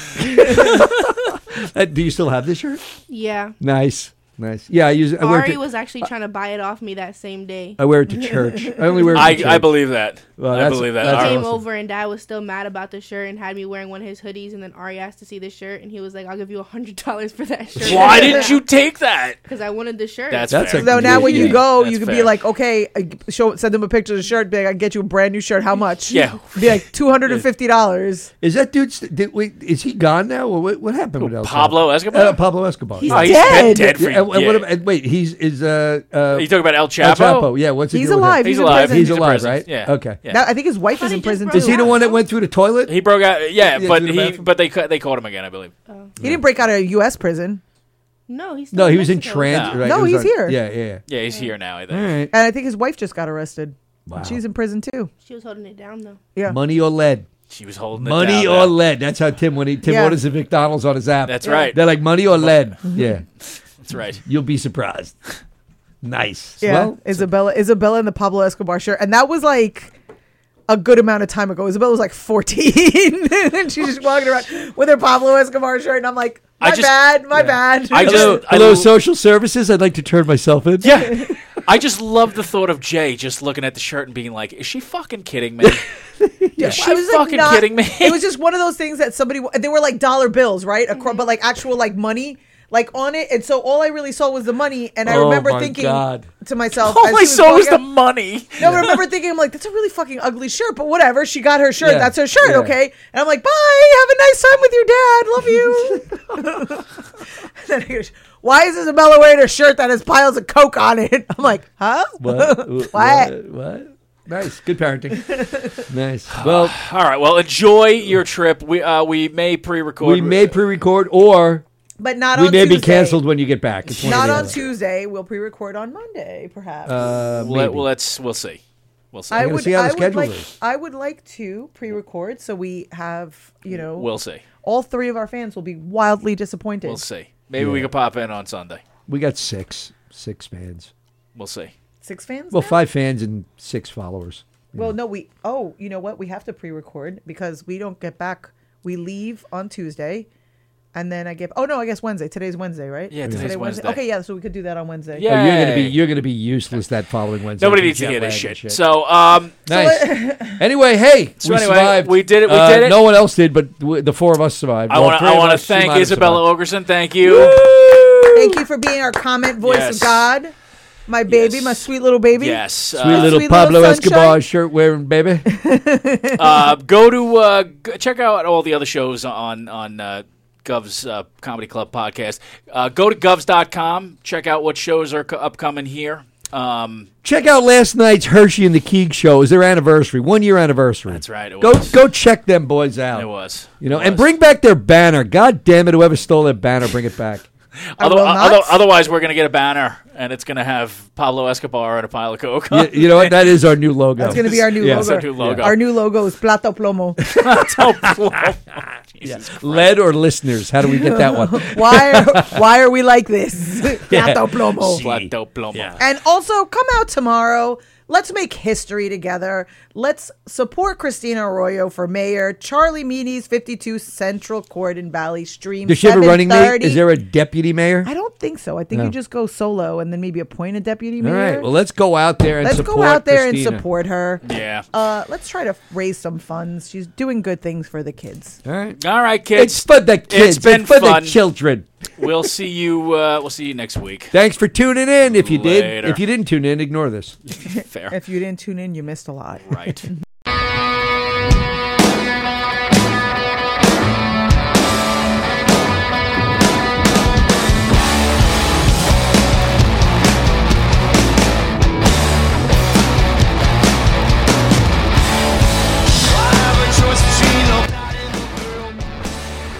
Uh, Do you still have this shirt? Yeah. Nice, nice. Yeah, I use. I wear it. Ari To, was actually trying to buy it off me that same day. I wear it to church. I only wear it. To I, church. I believe that. Well, I that's- believe that. that's Ari- came over and Dad was still mad about the shirt and had me wearing one of his hoodies. And then Ari asked to see the shirt, and he was like, "I'll give you a hundred dollars for that shirt." Why didn't you take that? Because I wanted the shirt. That's That's fair. a so now when you Yeah, go, that's you can be fair. like, okay, I g- show send them a picture of the shirt. Be like, I get you a brand new shirt. How much? Yeah. Be like two hundred and fifty dollars. Is that dude? St- did, wait, is he gone now? Or what, what happened with El Pablo Chapo? Escobar? Uh, Pablo Escobar. He's yeah. Oh, he's been dead. dead for Yeah, and- and what years. about- and wait, he's is uh, uh, Are you talking about El Chapo? Yeah, what's the He's deal with him? alive. He's He's in alive. prison. He's He's in alive, prison. right? Yeah. Okay. Yeah. Now, I think his wife is in prison too. Is he the one that went through the toilet? He broke out. Yeah, Yeah, but through the he, bathroom. but they, ca- they caught him again, I believe. He didn't break out of a U.S. prison, No, he's No, he was in Mexico. transit. No. Right? No, It was he's on- here. Yeah, yeah, yeah. Yeah, he's here now. I All think. right. and I think his wife just got arrested. Wow. She's in prison too. She was holding it down though. Yeah. Money or lead. She was holding it Money down or there. lead. That's how Tim when he Tim Yeah. orders at McDonald's on his app. That's right. They're like money or lead. yeah. That's right. You'll be surprised. Nice. Yeah, Well, Isabella, Isabella, and the Pablo Escobar shirt, and that was like a good amount of time ago. Isabella was like fourteen, and she's just walking around with her Pablo Escobar shirt, and I'm like, I my just- bad, my bad. I just- hello, I hello, lo- social services. I'd like to turn myself in. Yeah. I just love the thought of Jay just looking at the shirt and being like, "Is she fucking kidding me? Is she I was, like, fucking not- kidding me?" It was just one of those things that somebody they were like dollar bills, right? Acro- But like actual like money like on it, and so all I really saw was the money, and I Oh remember my thinking God. to myself, All as I she was saw was the walking up- money. No, I remember thinking, I'm like, that's a really fucking ugly shirt, but whatever. She got her shirt. Yeah. That's her shirt, Yeah. okay? And I'm like, bye. Have a nice time with your dad. Love you. then he goes, Why is Isabella wearing a shirt that has piles of coke on it? I'm like, huh? What? What? What? What? Nice. Good parenting. nice. Well, All right. Well, enjoy your trip. We uh, we may pre-record. we may pre-record or But not we on may Tuesday. be canceled when you get back. It's one or Not the on other. Tuesday. We'll pre record on Monday, perhaps. Uh, Let, maybe. well, let's we'll see. We'll see. I gotta would, see how the I would schedule like, is. I would like to pre-record so we have, you know, We'll see. all three of our fans will be wildly disappointed. We'll see. Maybe we could pop in on Sunday. we got six, six fans. We'll see. Six fans. Well, now? five fans and six followers. Well, no, we. Oh, you know what? We have to pre-record because we don't get back. We leave on Tuesday, and then I get. Oh no, I guess Wednesday. Today's Wednesday, right? Yeah, Is today's today Wednesday. Okay, yeah. So we could do that on Wednesday. Yeah. Oh, you're gonna be Yay. you're gonna be useless that following Wednesday. Nobody with needs to jet hear this lag shit. and So, um, nice. anyway, hey, So we anyway, survived. we did it, we Uh, did it. No one else did, but w- the four of us survived. I Well, want to three I of want to us, she might thank have Isabella survived. Ogerson. Thank you. Thank you for being our comment voice Yes. of God, my baby, my sweet little baby. Yes. Sweet uh, little Sweet little Pablo sunshine. Escobar shirt wearing baby. uh, go to uh, g- check out all the other shows on on uh, Gov's uh, Comedy Club podcast. Uh, go to govs.com. Check out what shows are co- upcoming here. Um, Check out last night's Hershey and the Keeg show. It was their anniversary, one year anniversary. That's right, it Go was. go check them boys out. it was You know, and bring back their banner. God damn it, whoever stole their banner, bring it back. Other, will not. other- uh, otherwise, we're gonna get a banner, and it's gonna have Pablo Escobar and a pile of coke. you, you know what? That is our new logo. That's gonna be our new Yeah. logo. Our new logo. Our new logo is Plato Plomo. Oh, Lead or listeners? How do we get that one? why? Are, why are we like this? Plato Plomo. Plato plomo. And also, come out tomorrow. Let's make history together. Let's support Christina Arroyo for mayor. Charlie Meany's 52 Central Court in Valley Stream. Does she have a running 7:30. mate? Is there a deputy mayor? I don't think so. I think No. you just go solo and then maybe appoint a deputy All mayor. right. Well, let's go out there and let's support go out there Christina. and support her. Yeah. Uh, let's try to raise some funds. She's doing good things for the kids. All right. All right, kids. It's, for the kids. It's been for fun. the children. we'll see you. Uh, we'll see you next week. Thanks for tuning in. If you did, Later. if you didn't tune in, ignore this. Fair. If you didn't tune in, you missed a lot. Right.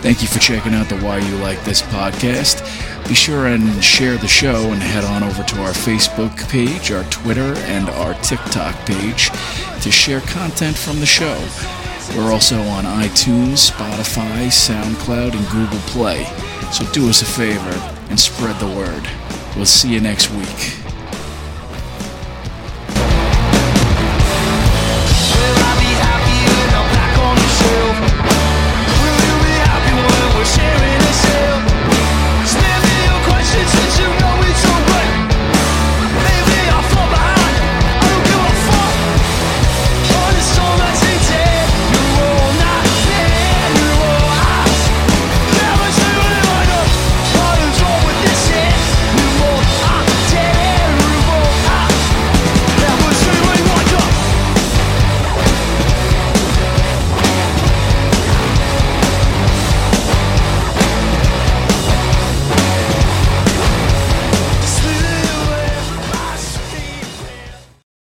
Thank you for checking out the Why You Like This podcast. Be sure and share the show and head on over to our Facebook page, our Twitter, and our TikTok page to share content from the show. We're also on iTunes, Spotify, SoundCloud, and Google Play. So do us a favor and spread the word. We'll see you next week.